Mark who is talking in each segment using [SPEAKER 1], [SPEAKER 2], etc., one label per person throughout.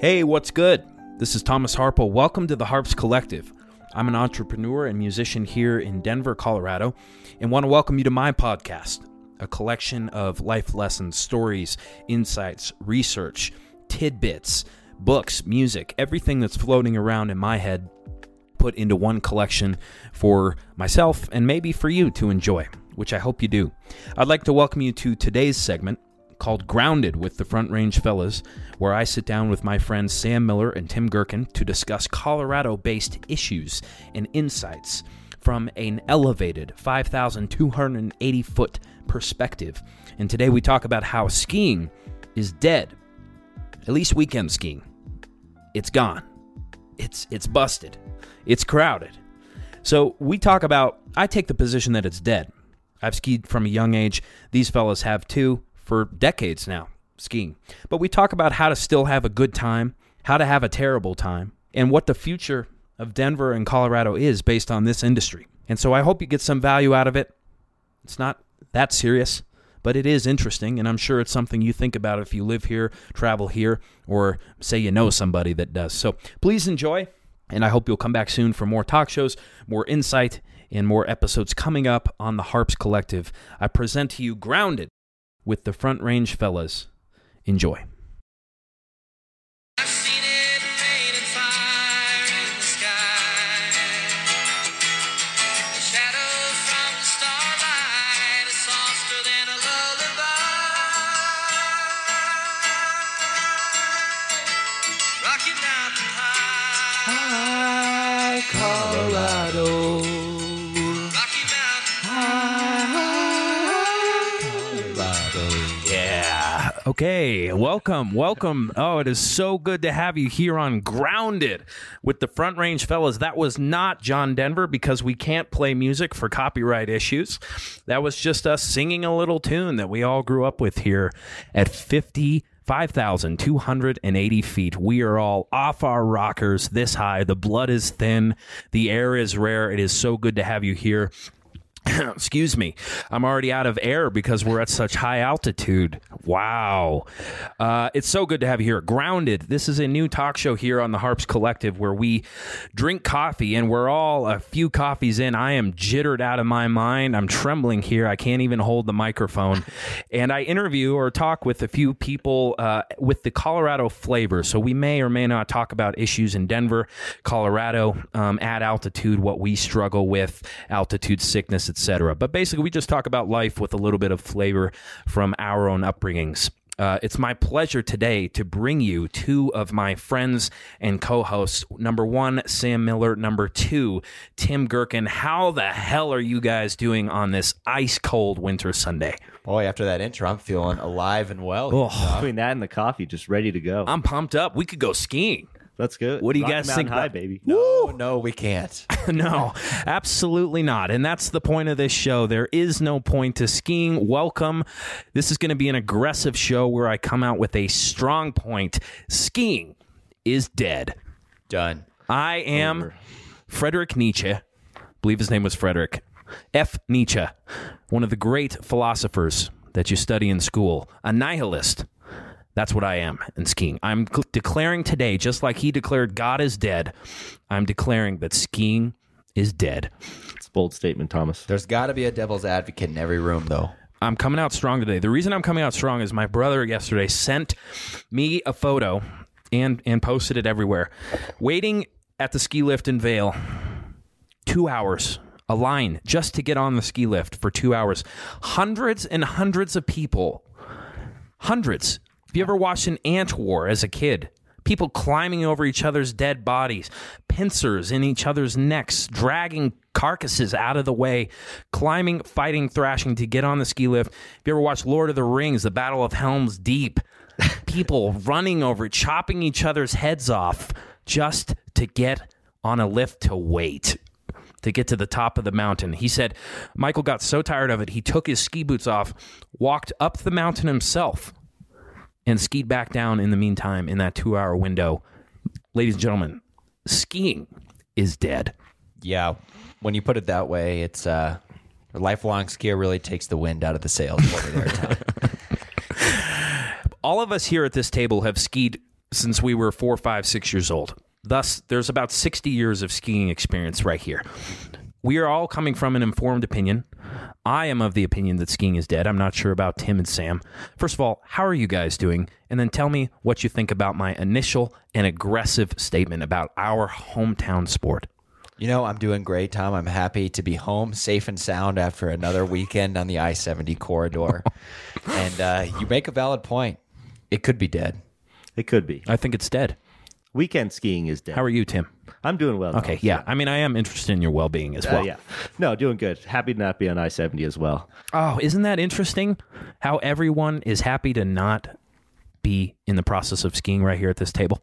[SPEAKER 1] Hey, what's good? This is Thomas Harpo. Welcome to the Harps Collective. I'm an entrepreneur and musician here in Denver, Colorado, and want to welcome you to my podcast, a collection of life lessons, stories, insights, research, tidbits, books, music, everything that's floating around in my head put into one collection for myself and maybe for you to enjoy, which I hope you do. I'd like to welcome you to today's segment called Grounded with the Front Range Fellas, where I sit down with my friends Sam Miller and Tim Gherkin to discuss Colorado based issues and insights from an elevated 5,280 foot perspective. And today we talk about how skiing is dead, at least weekend skiing. It's gone, it's, it's busted, it's crowded. So we talk about, I take the position that it's dead. I've skied from a young age. These fellas have too for decades now skiing. But we talk about how to still have a good time, how to have a terrible time, and what the future of Denver and Colorado is based on this industry. And so I hope you get some value out of it. It's not that serious, but it is interesting, and I'm sure it's something you think about if you live here, travel here, or say you know somebody that does. So please enjoy, and I hope you'll come back soon for more talk shows, more insight, and more episodes coming up on the Harps Collective. I present to you Grounded with the Front Range Fellas. Enjoy.
[SPEAKER 2] I've seen it, pain and fire in the sky. The shadow from the starlight is softer than a lullaby. Rocky Mountain High, Colorado. Rocky Mountain
[SPEAKER 1] Yeah. Okay. Welcome. Welcome. Oh, it is so good to have you here on Grounded with the Front Range Fellas. That was not John Denver because we can't play music for copyright issues. That was just us singing a little tune that we all grew up with here at 50. 5,280 feet. We are all off our rockers this high. The blood is thin. The air is rare. It is so good to have you here. excuse me i'm already out of air because we're at such high altitude wow uh, it's so good to have you here grounded this is a new talk show here on the harps collective where we drink coffee and we're all a few coffees in i am jittered out of my mind i'm trembling here i can't even hold the microphone and i interview or talk with a few people uh, with the colorado flavor so we may or may not talk about issues in denver colorado um, at altitude what we struggle with altitude sickness etc. But basically, we just talk about life with a little bit of flavor from our own upbringings. Uh, it's my pleasure today to bring you two of my friends and co hosts. Number one, Sam Miller. Number two, Tim Gherkin. How the hell are you guys doing on this ice cold winter Sunday?
[SPEAKER 3] Boy, after that intro, I'm feeling alive and well.
[SPEAKER 1] Oh,
[SPEAKER 4] Between that and the coffee, just ready to go.
[SPEAKER 1] I'm pumped up. We could go skiing.
[SPEAKER 4] Let's go.
[SPEAKER 1] What do you
[SPEAKER 4] Rocky
[SPEAKER 1] guys
[SPEAKER 4] Mountain
[SPEAKER 1] think
[SPEAKER 4] High,
[SPEAKER 1] about-
[SPEAKER 4] baby.
[SPEAKER 3] No, Oh, no, we can't.
[SPEAKER 1] no, absolutely not. And that's the point of this show. There is no point to skiing. Welcome. This is going to be an aggressive show where I come out with a strong point. Skiing is dead.
[SPEAKER 3] Done.
[SPEAKER 1] I am Frederick Nietzsche. I believe his name was Frederick. F. Nietzsche, one of the great philosophers that you study in school, a nihilist. That's what I am in skiing. I'm cl- declaring today, just like he declared God is dead, I'm declaring that skiing is dead.
[SPEAKER 4] It's a bold statement, Thomas.
[SPEAKER 3] There's got to be a devil's advocate in every room, though.
[SPEAKER 1] I'm coming out strong today. The reason I'm coming out strong is my brother yesterday sent me a photo and and posted it everywhere. Waiting at the ski lift in Vale, two hours. A line just to get on the ski lift for two hours. Hundreds and hundreds of people. Hundreds. Have you ever watched an ant war as a kid? People climbing over each other's dead bodies, pincers in each other's necks, dragging carcasses out of the way, climbing, fighting, thrashing to get on the ski lift. Have you ever watched Lord of the Rings, the Battle of Helm's Deep? People running over, chopping each other's heads off just to get on a lift to wait to get to the top of the mountain. He said Michael got so tired of it, he took his ski boots off, walked up the mountain himself, and skied back down in the meantime in that two hour window. Ladies and gentlemen, skiing is dead.
[SPEAKER 3] Yeah, when you put it that way, it's uh, a lifelong skier really takes the wind out of the sails over there. Tom.
[SPEAKER 1] All of us here at this table have skied since we were four, five, six years old. Thus, there's about 60 years of skiing experience right here. We are all coming from an informed opinion. I am of the opinion that skiing is dead. I'm not sure about Tim and Sam. First of all, how are you guys doing? And then tell me what you think about my initial and aggressive statement about our hometown sport.
[SPEAKER 3] You know, I'm doing great, Tom. I'm happy to be home, safe and sound after another weekend on the I 70 corridor. and uh, you make a valid point. It could be dead.
[SPEAKER 4] It could be.
[SPEAKER 1] I think it's dead.
[SPEAKER 4] Weekend skiing is dead.
[SPEAKER 1] How are you, Tim?
[SPEAKER 4] I'm doing well.
[SPEAKER 3] Oh,
[SPEAKER 1] Okay, yeah. I mean, I am interested in your well being as
[SPEAKER 4] Tom. Uh,
[SPEAKER 1] well.
[SPEAKER 4] yeah. No, doing good. Happy to not be on I 70 as well.
[SPEAKER 1] Oh, isn't that interesting? How everyone is happy to not be in the process of skiing right here at this table.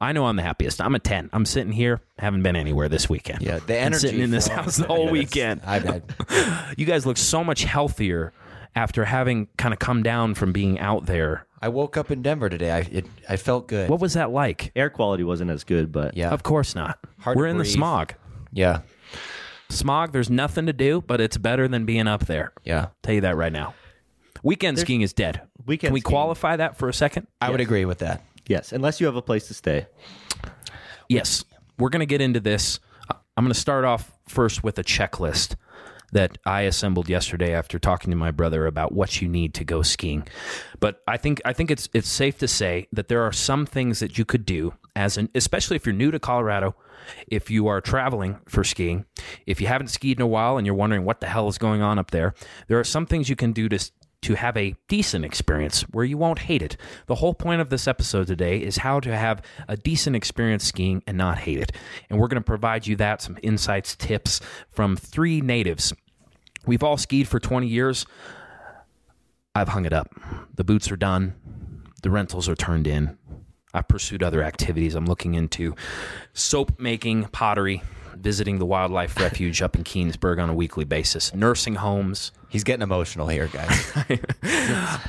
[SPEAKER 1] I know I'm the happiest. I'm a 10. I'm sitting here, haven't been anywhere this weekend.
[SPEAKER 3] Yeah, the
[SPEAKER 1] Been
[SPEAKER 3] energy
[SPEAKER 1] sitting in this
[SPEAKER 3] flowing.
[SPEAKER 1] house the whole weekend.
[SPEAKER 3] I've had
[SPEAKER 1] You guys look so much healthier after having kind of come down from being out there.
[SPEAKER 3] I woke up in Denver today. I it, I felt good.
[SPEAKER 1] What was that like?
[SPEAKER 4] Air quality wasn't as good, but
[SPEAKER 3] Yeah.
[SPEAKER 1] Of course not.
[SPEAKER 3] Hard
[SPEAKER 1] We're
[SPEAKER 3] to
[SPEAKER 1] in the
[SPEAKER 3] breathe.
[SPEAKER 1] smog.
[SPEAKER 3] Yeah.
[SPEAKER 1] Smog, there's nothing to do, but it's better than being up there.
[SPEAKER 3] Yeah.
[SPEAKER 1] Tell you that right now. Weekend skiing is dead.
[SPEAKER 4] Weekend
[SPEAKER 1] Can we
[SPEAKER 4] skiing-
[SPEAKER 1] qualify that for a second?
[SPEAKER 3] I would agree with that.
[SPEAKER 4] yes, unless you have a place to stay.
[SPEAKER 1] Yes, we're going to get into this. I'm going to start off first with a checklist that I assembled yesterday after talking to my brother about what you need to go skiing. But I think I think it's it's safe to say that there are some things that you could do as an especially if you're new to Colorado, if you are traveling for skiing, if you haven't skied in a while and you're wondering what the hell is going on up there, there are some things you can do to to have a decent experience where you won't hate it. The whole point of this episode today is how to have a decent experience skiing and not hate it. And we're going to provide you that some insights, tips from three natives. We've all skied for 20 years. I've hung it up. The boots are done. The rentals are turned in. I've pursued other activities. I'm looking into soap making, pottery, visiting the wildlife refuge up in Keansburg on a weekly basis, nursing homes,
[SPEAKER 3] He's getting emotional here, guys.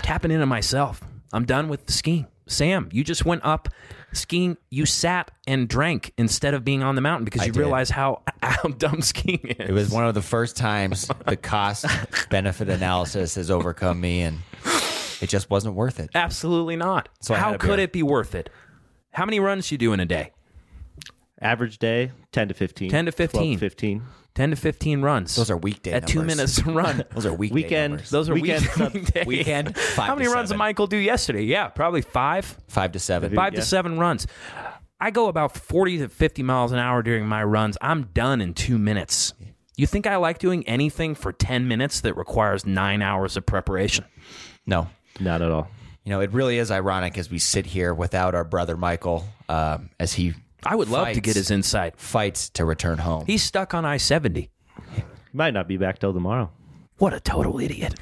[SPEAKER 1] tapping into myself. I'm done with skiing. Sam, you just went up skiing. You sat and drank instead of being on the mountain because you
[SPEAKER 3] did.
[SPEAKER 1] realize how, how dumb skiing is.
[SPEAKER 3] it was one of the first times the cost benefit analysis has overcome me, and it just wasn't worth it.
[SPEAKER 1] Absolutely not.
[SPEAKER 3] So I had
[SPEAKER 1] how
[SPEAKER 3] a
[SPEAKER 1] could
[SPEAKER 3] beer.
[SPEAKER 1] it be worth it? How many runs you do in a day?
[SPEAKER 4] Average day, 10 to 15.
[SPEAKER 1] 10 to
[SPEAKER 4] 12
[SPEAKER 1] 15.
[SPEAKER 4] 15.
[SPEAKER 1] 10 to 15 runs.
[SPEAKER 3] Those are weekday
[SPEAKER 1] At two
[SPEAKER 3] numbers.
[SPEAKER 1] minutes a run.
[SPEAKER 3] Those are weekday
[SPEAKER 4] Weekend,
[SPEAKER 3] numbers.
[SPEAKER 1] Those are
[SPEAKER 4] Weekend sub-
[SPEAKER 1] weekend. days.
[SPEAKER 3] weekend, five
[SPEAKER 1] How many
[SPEAKER 3] to
[SPEAKER 1] runs did
[SPEAKER 3] seven.
[SPEAKER 1] Michael do yesterday? Yeah, probably five.
[SPEAKER 3] five to seven.
[SPEAKER 1] five
[SPEAKER 4] Yeah.
[SPEAKER 1] to seven runs. I go about 40 to 50 miles an hour during my runs. I'm done in two minutes. You think I like doing anything for 10 minutes that requires nine hours of preparation?
[SPEAKER 3] No,
[SPEAKER 4] Not at all.
[SPEAKER 3] you know it really is ironic as we sit here without our brother Michael, um, as he
[SPEAKER 1] I would love to
[SPEAKER 3] Fights.
[SPEAKER 1] get his insight.
[SPEAKER 3] fights to return home.
[SPEAKER 1] He's stuck on I 70.
[SPEAKER 4] Might not be back till tomorrow.
[SPEAKER 1] What a total idiot.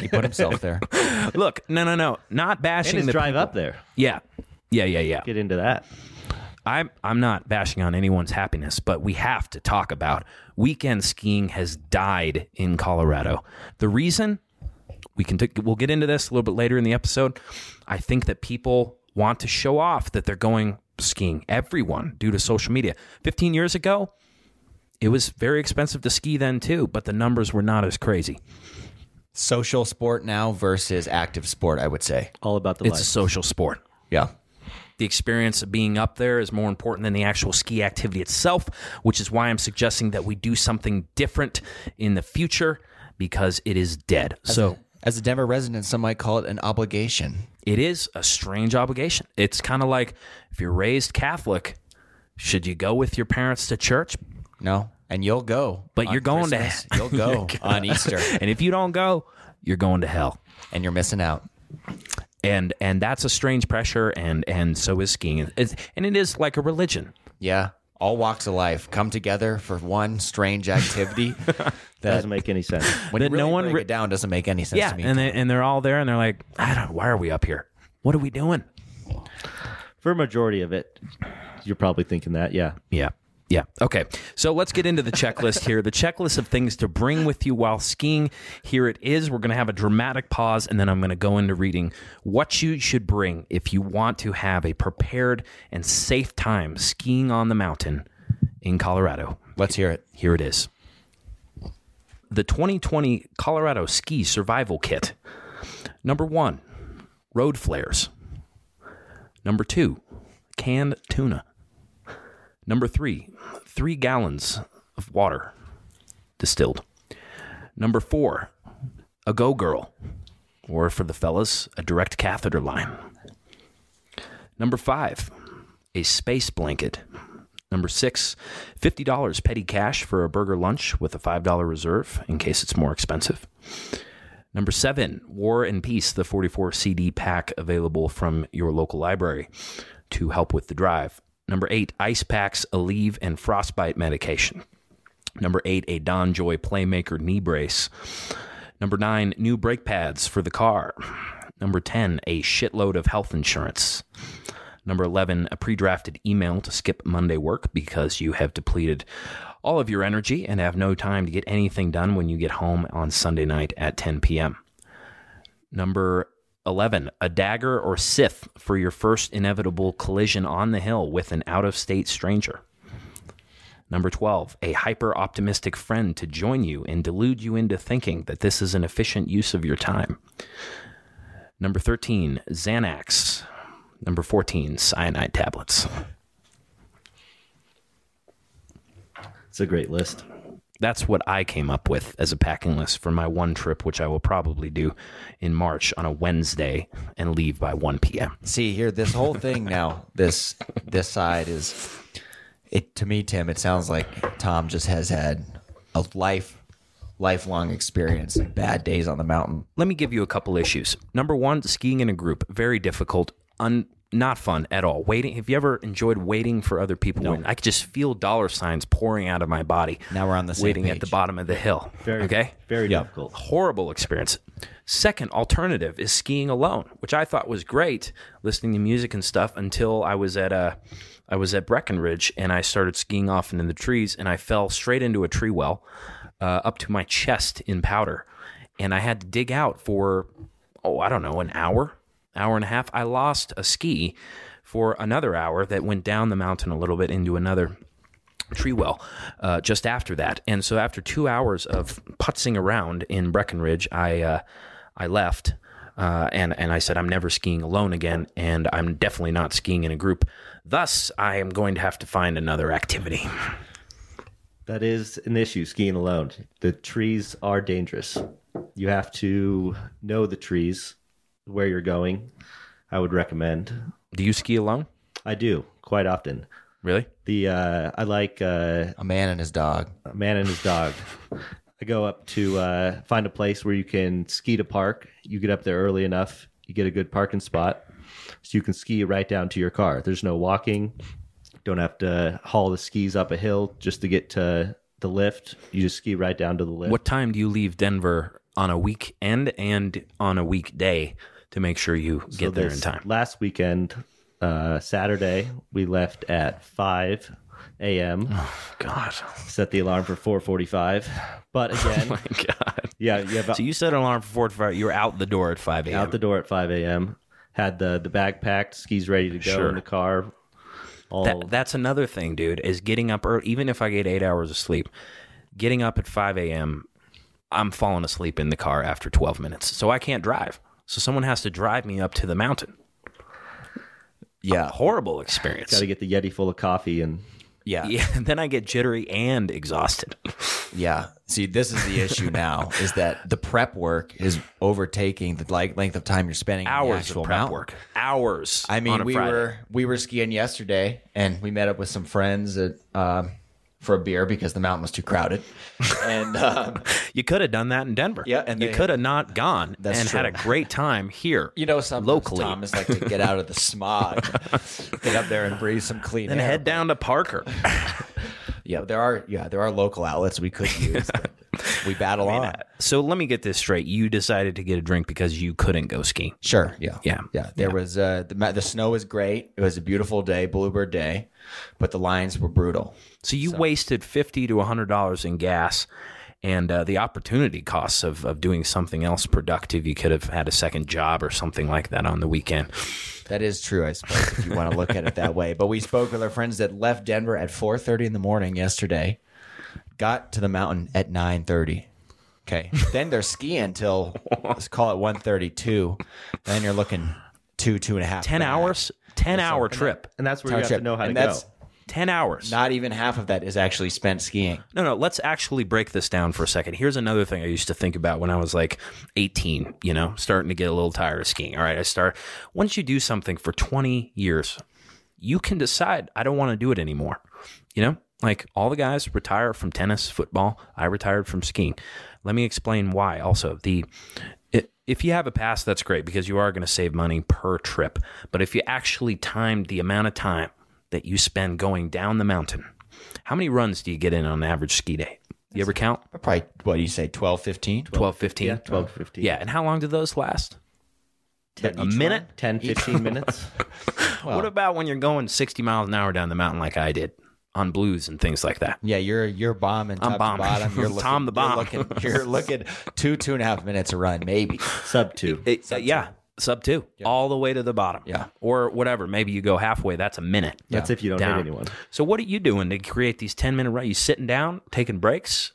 [SPEAKER 3] he put himself there.
[SPEAKER 1] Look, no, no, no. Not bashing
[SPEAKER 4] And his
[SPEAKER 1] the
[SPEAKER 4] drive up there.
[SPEAKER 1] Yeah. Yeah, yeah, yeah.
[SPEAKER 4] Get into that.
[SPEAKER 1] I'm I'm not bashing on anyone's happiness, but we have to talk about weekend skiing has died in Colorado. The reason we can t- we'll get into this a little bit later in the episode. I think that people want to show off that they're going skiing. Everyone due to social media. 15 years ago, it was very expensive to ski then too, but the numbers were not as crazy.
[SPEAKER 3] Social sport now versus active sport, I would say.
[SPEAKER 4] All about the
[SPEAKER 1] It's a
[SPEAKER 4] life.
[SPEAKER 1] social sport.
[SPEAKER 3] Yeah.
[SPEAKER 1] The experience of being up there is more important than the actual ski activity itself, which is why I'm suggesting that we do something different in the future because it is dead. So
[SPEAKER 3] As a Denver resident, some might call it an obligation.
[SPEAKER 1] it is a strange obligation. It's kind of like if you're raised Catholic, should you go with your parents to church?
[SPEAKER 3] No, and you'll go,
[SPEAKER 1] But
[SPEAKER 3] on
[SPEAKER 1] you're going to-
[SPEAKER 3] Christmas. you'll go on Easter,
[SPEAKER 1] And if you don't go, you're going to hell.
[SPEAKER 3] and you're missing out.
[SPEAKER 1] And and that's a strange pressure and and so is skiing. It's, and it is like a religion.
[SPEAKER 3] Yeah, all walks of life come together for one strange activity. that
[SPEAKER 4] Doesn't make any sense.
[SPEAKER 3] when you
[SPEAKER 1] that no
[SPEAKER 3] really
[SPEAKER 1] one
[SPEAKER 3] break
[SPEAKER 1] re-
[SPEAKER 3] it down doesn't make any sense to me.
[SPEAKER 1] And they, and they're all there and they're like, I don't why are we up here? What are we doing?
[SPEAKER 4] For a majority of it, you're probably thinking that, yeah.
[SPEAKER 1] Yeah. Yeah. Okay. So let's get into the checklist here. The checklist of things to bring with you while skiing. Here it is. We're going to have a dramatic pause and then I'm going to go into reading what you should bring if you want to have a prepared and safe time skiing on the mountain in Colorado.
[SPEAKER 3] Let's hear it.
[SPEAKER 1] Here it is the 2020 Colorado Ski Survival Kit. Number one, road flares. Number two, canned tuna. Number three, three gallons of water distilled. Number four, a go girl, or for the fellas, a direct catheter line. Number five, a space blanket. Number six, $50 petty cash for a burger lunch with a $5 reserve in case it's more expensive. Number seven, War and Peace, the 44 CD pack available from your local library to help with the drive. Number eight, ice packs, Aleve, and frostbite medication. Number eight, a Don Joy Playmaker knee brace. Number nine, new brake pads for the car. Number 10, a shitload of health insurance. Number 11, a pre drafted email to skip Monday work because you have depleted all of your energy and have no time to get anything done when you get home on Sunday night at 10 p.m. Number 11, a dagger or scythe for your first inevitable collision on the hill with an out of state stranger. Number 12, a hyper optimistic friend to join you and delude you into thinking that this is an efficient use of your time. Number 13, Xanax. Number 14, cyanide tablets.
[SPEAKER 4] It's a great list.
[SPEAKER 1] That's what I came up with as a packing list for my one trip, which I will probably do in March on a Wednesday and leave by 1 p.m.
[SPEAKER 3] See here, this whole thing now, this this side is it to me, Tim. It sounds like Tom just has had a life lifelong experience, like bad days on the mountain.
[SPEAKER 1] Let me give you a couple issues. Number one, skiing in a group, very difficult, un, not fun at all. Waiting. Have you ever enjoyed waiting for other people? When I could just feel dollar signs pouring out of my body.
[SPEAKER 3] Now we're on the same
[SPEAKER 1] waiting at
[SPEAKER 3] page.
[SPEAKER 1] the bottom of the hill.
[SPEAKER 4] Very
[SPEAKER 1] okay.
[SPEAKER 4] Very difficult.
[SPEAKER 1] horrible experience. Second alternative is skiing alone, which I thought was great, listening to music and stuff until I was at uh, I was at Breckenridge and I started skiing off into the trees and I fell straight into a tree well, uh, up to my chest in powder, and I had to dig out for oh I don't know an hour, hour and a half. I lost a ski for another hour that went down the mountain a little bit into another tree well uh, just after that. And so after two hours of putzing around in Breckenridge, I uh, I left. Uh, and and I said I'm never skiing alone again, and I'm definitely not skiing in a group. Thus, I am going to have to find another activity.
[SPEAKER 4] That is an issue skiing alone. The trees are dangerous. You have to know the trees, where you're going. I would recommend.
[SPEAKER 1] Do you ski alone?
[SPEAKER 4] I do quite often.
[SPEAKER 1] Really?
[SPEAKER 4] The uh, I like uh,
[SPEAKER 3] A man and his dog.
[SPEAKER 4] a man and his dog. I go up to uh, find a place where you can ski to park. You get up there early enough, you get a good parking spot, so you can ski right down to your car. There's no walking. Don't have to haul the skis up a hill just to get to the lift. You just ski right down to the lift.
[SPEAKER 1] What time do you leave Denver on a weekend and on a weekday to make sure you
[SPEAKER 4] So
[SPEAKER 1] get there in
[SPEAKER 4] this
[SPEAKER 1] time?
[SPEAKER 4] Last weekend, uh, Saturday, we left at five a.m.
[SPEAKER 1] Oh. God,
[SPEAKER 4] Set the alarm for four forty-five. But again,
[SPEAKER 1] Oh my God.
[SPEAKER 4] yeah, you have
[SPEAKER 1] So you set an alarm for four to five. You were out the door at five a.m.
[SPEAKER 4] out the door at 5 a.m. Had the the bag packed, skis ready to go
[SPEAKER 1] Sure.
[SPEAKER 4] in the car. All
[SPEAKER 1] That, that's another thing, dude, is getting up early. Even if I get eight hours of sleep, getting up at 5 a.m., I'm falling asleep in the car after 12 minutes. So I can't drive. So someone has to drive me up to the mountain.
[SPEAKER 3] Yeah,
[SPEAKER 1] Horrible experience.
[SPEAKER 4] got to get the Yeti full of coffee and
[SPEAKER 3] yeah, yeah.
[SPEAKER 1] yeah, and then I get jittery and exhausted.
[SPEAKER 3] See, this is the issue now: is that the prep work is overtaking the like length of time you're spending on the
[SPEAKER 1] Hours
[SPEAKER 3] actual
[SPEAKER 1] of prep
[SPEAKER 3] mountain.
[SPEAKER 1] work. Hours.
[SPEAKER 3] I mean,
[SPEAKER 1] on a
[SPEAKER 3] we
[SPEAKER 1] Friday.
[SPEAKER 3] were we were skiing yesterday, and we met up with some friends at um, for a beer because the mountain was too crowded. and um,
[SPEAKER 1] You could have done that in Denver.
[SPEAKER 3] Yeah, and
[SPEAKER 1] you
[SPEAKER 3] they-
[SPEAKER 1] could have not gone
[SPEAKER 3] That's
[SPEAKER 1] and
[SPEAKER 3] true.
[SPEAKER 1] had a great time here.
[SPEAKER 3] you know, some
[SPEAKER 1] Locally.
[SPEAKER 3] Tom is like to get out of the smog, get up there and breathe some clean
[SPEAKER 1] and
[SPEAKER 3] air.
[SPEAKER 1] head down to Parker.
[SPEAKER 3] Yeah, there are yeah there are local outlets we could use. but we battle on.
[SPEAKER 1] so let me get this straight. You decided to get a drink because you couldn't go skiing.
[SPEAKER 3] Sure. Yeah.
[SPEAKER 1] Yeah.
[SPEAKER 3] Yeah. There was uh, the ma- the snow was great. It was a beautiful day, bluebird day, but the lines were brutal.
[SPEAKER 1] So you wasted fifty to hundred dollars in gas, and uh, the opportunity costs of of doing something else productive. You could have had a second job or something like that on the weekend.
[SPEAKER 3] That is true, I suppose, if you want to look at it that way. But we spoke with our friends that left Denver at 4:30 in the morning yesterday, got to the mountain at 9:30. Okay, then they're skiing till let's call it 1:32. Then you're looking two, two and a half,
[SPEAKER 1] Ten
[SPEAKER 3] back.
[SPEAKER 1] hours. 10, 10 hour trip.
[SPEAKER 4] and that's where
[SPEAKER 3] Tower
[SPEAKER 4] you have
[SPEAKER 3] trip.
[SPEAKER 4] to know how
[SPEAKER 3] And
[SPEAKER 4] to
[SPEAKER 3] that's-
[SPEAKER 4] go.
[SPEAKER 1] 10 hours.
[SPEAKER 3] Not even half of that is actually spent skiing.
[SPEAKER 1] No, no, let's actually break this down for a second. Here's another thing I used to think about when I was like 18, you know, starting to get a little tired of skiing. All right, I start, once you do something for 20 years, you can decide, I don't want to do it anymore. You know, like all the guys retire from tennis, football. I retired from skiing. Let me explain why also. The, i- if you have a pass, that's great because you are going to save money per trip. But if you actually timed the amount of time that you spend going down the mountain, how many runs do you get in on an average ski day? You ever count?
[SPEAKER 3] But probably what do you say, 12, 15?
[SPEAKER 1] 12, 15?
[SPEAKER 4] Yeah, 12, 15.
[SPEAKER 1] Yeah, and how long do those last?
[SPEAKER 4] 10,
[SPEAKER 1] a minute?
[SPEAKER 4] 10, 15 minutes.
[SPEAKER 1] What about when you're going 60 miles an hour down the mountain like I did on blues and things like that?
[SPEAKER 3] Yeah, you're you're bombing top
[SPEAKER 1] I'm
[SPEAKER 3] to
[SPEAKER 1] bombing.
[SPEAKER 3] bottom. You're looking,
[SPEAKER 1] Tom the bomb.
[SPEAKER 3] You're looking, you're looking two two and a half minutes a run, maybe.
[SPEAKER 4] Sub two.
[SPEAKER 1] It, uh, yeah, sub two, all the way to the bottom.
[SPEAKER 3] Yeah.
[SPEAKER 1] Or whatever. Maybe you go halfway. That's a minute.
[SPEAKER 4] That's if you don't
[SPEAKER 1] Down.
[SPEAKER 4] hit anyone.
[SPEAKER 1] So what are you doing to create these 10 minute runs? You sitting down, taking breaks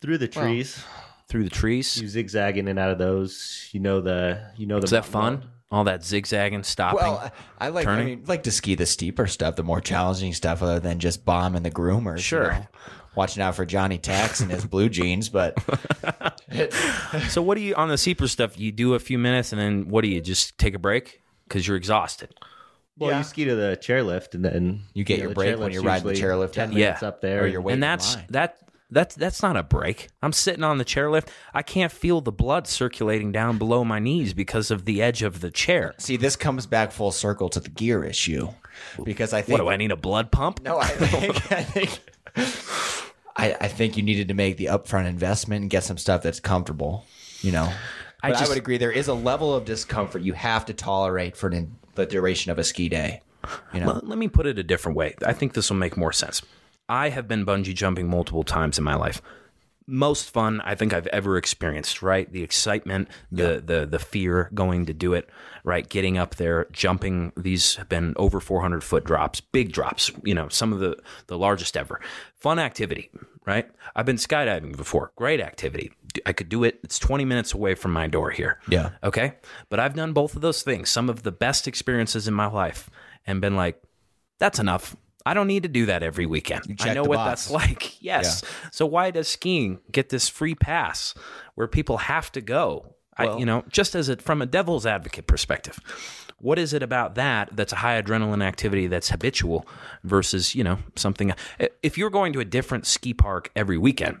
[SPEAKER 4] Through the trees,
[SPEAKER 1] through the trees?
[SPEAKER 4] you zigzag in and out of those. You know the you know the
[SPEAKER 1] Is that fun? All that zigzagging, stopping.
[SPEAKER 3] Well, I I like I
[SPEAKER 1] Turning.
[SPEAKER 3] mean, like to ski the steeper stuff, the more challenging stuff, other than just bombing the groomers. you
[SPEAKER 1] Sure.
[SPEAKER 3] know. watching out for Johnny Tax and his blue jeans, but
[SPEAKER 1] so what do you on the seeper stuff? You do a few minutes and then what do you just take a break because you're exhausted?
[SPEAKER 4] Well,
[SPEAKER 3] Yeah.
[SPEAKER 4] you ski to the chairlift and then
[SPEAKER 3] You get your
[SPEAKER 4] the
[SPEAKER 3] break when
[SPEAKER 4] chairlift's
[SPEAKER 3] you're riding the
[SPEAKER 4] usually
[SPEAKER 3] chairlift,
[SPEAKER 4] Ten
[SPEAKER 3] yeah.
[SPEAKER 4] minutes
[SPEAKER 1] Yeah.
[SPEAKER 4] up there.
[SPEAKER 3] Or you're waiting
[SPEAKER 1] and
[SPEAKER 3] in
[SPEAKER 1] that's
[SPEAKER 3] line.
[SPEAKER 1] that that's that's not a break. I'm sitting on the chairlift. I can't feel the blood circulating down below my knees because of the edge of the chair.
[SPEAKER 3] see, this comes back full circle to the gear issue because I
[SPEAKER 1] What
[SPEAKER 3] think
[SPEAKER 1] do I need a blood pump?
[SPEAKER 3] no, I think I think I, I think you needed to make the upfront investment and get some stuff that's comfortable, you know.
[SPEAKER 1] I
[SPEAKER 3] But I,
[SPEAKER 1] just-
[SPEAKER 3] would agree there is a level of discomfort you have to tolerate for an, the duration of a ski day. You know,
[SPEAKER 1] Well, let me put it a different way. I think this will make more sense. I have been bungee jumping multiple times in my life. Most fun I think I've ever experienced, right? The excitement, the the the fear going to do it, right? Getting up there, jumping. These have been over 400 foot drops, big drops, you know, some of the the largest ever. Fun activity, right? I've been skydiving before. Great activity. I could do it. It's 20 minutes away from my door here.
[SPEAKER 3] Yeah.
[SPEAKER 1] Okay. But I've done both of those things, some of the best experiences in my life, and been like, that's enough. I don't need to do that every weekend. I
[SPEAKER 3] check
[SPEAKER 1] know
[SPEAKER 3] the
[SPEAKER 1] what
[SPEAKER 3] box.
[SPEAKER 1] that's like. Yes. So why does skiing get this free pass where people have to go? I, you know, just as it from a devil's advocate perspective, what is it about that that's a high adrenaline activity that's habitual versus you know something? If you're going to a different ski park every weekend,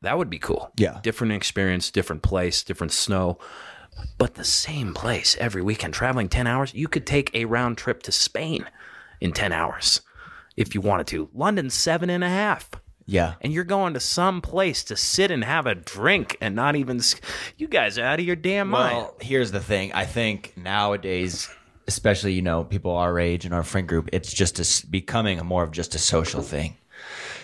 [SPEAKER 1] that would be cool.
[SPEAKER 3] Yeah.
[SPEAKER 1] different experience, different place, different snow but the same place every weekend, traveling 10 hours. You could take a round trip to Spain in 10 hours if you wanted to. London, seven and a half.
[SPEAKER 3] yeah.
[SPEAKER 1] And you're going to some place to sit and have a drink and not even. s- You guys are out of your damn mind.
[SPEAKER 3] Well, here's the thing. I think nowadays, especially you know people our age and our friend group, it's just a s becoming a more of just a social thing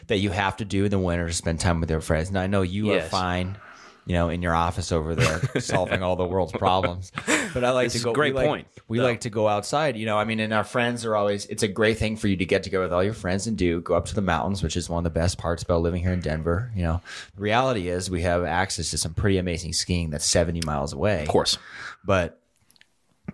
[SPEAKER 3] that you have to do in the winter to spend time with your friends. Now I know you
[SPEAKER 1] Yes.
[SPEAKER 3] are fine. You know, in your office over there, solving all the world's problems. But I like
[SPEAKER 1] This is
[SPEAKER 3] to go.
[SPEAKER 1] a great
[SPEAKER 3] we like-
[SPEAKER 1] point,
[SPEAKER 3] We like to go outside. You know, I mean, and our friends are always. It's a great thing for you to get together with all your friends and do go up to the mountains, which is one of the best parts about living here in Denver. You know, the reality is we have access to some pretty amazing skiing that's seventy miles away
[SPEAKER 1] Of course.
[SPEAKER 3] but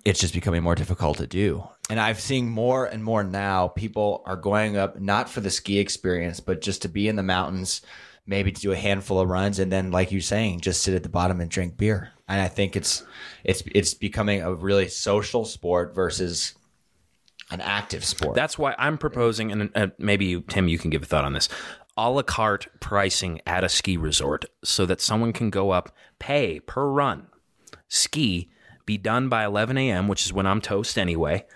[SPEAKER 3] it's just becoming more difficult to do. And I've seen more and more now people are going up not for the ski experience, but just to be in the mountains, maybe to do a handful of runs and then like you're saying, just sit at the bottom and drink beer. And I think it's it's it's becoming a really social sport versus an active sport.
[SPEAKER 1] That's why I'm proposing, and uh, maybe you, Tim, you can give a thought on this. A la carte pricing at a ski resort, so that someone can go up, pay per run, ski, be done by 11 a.m., which is when I'm toast anyway,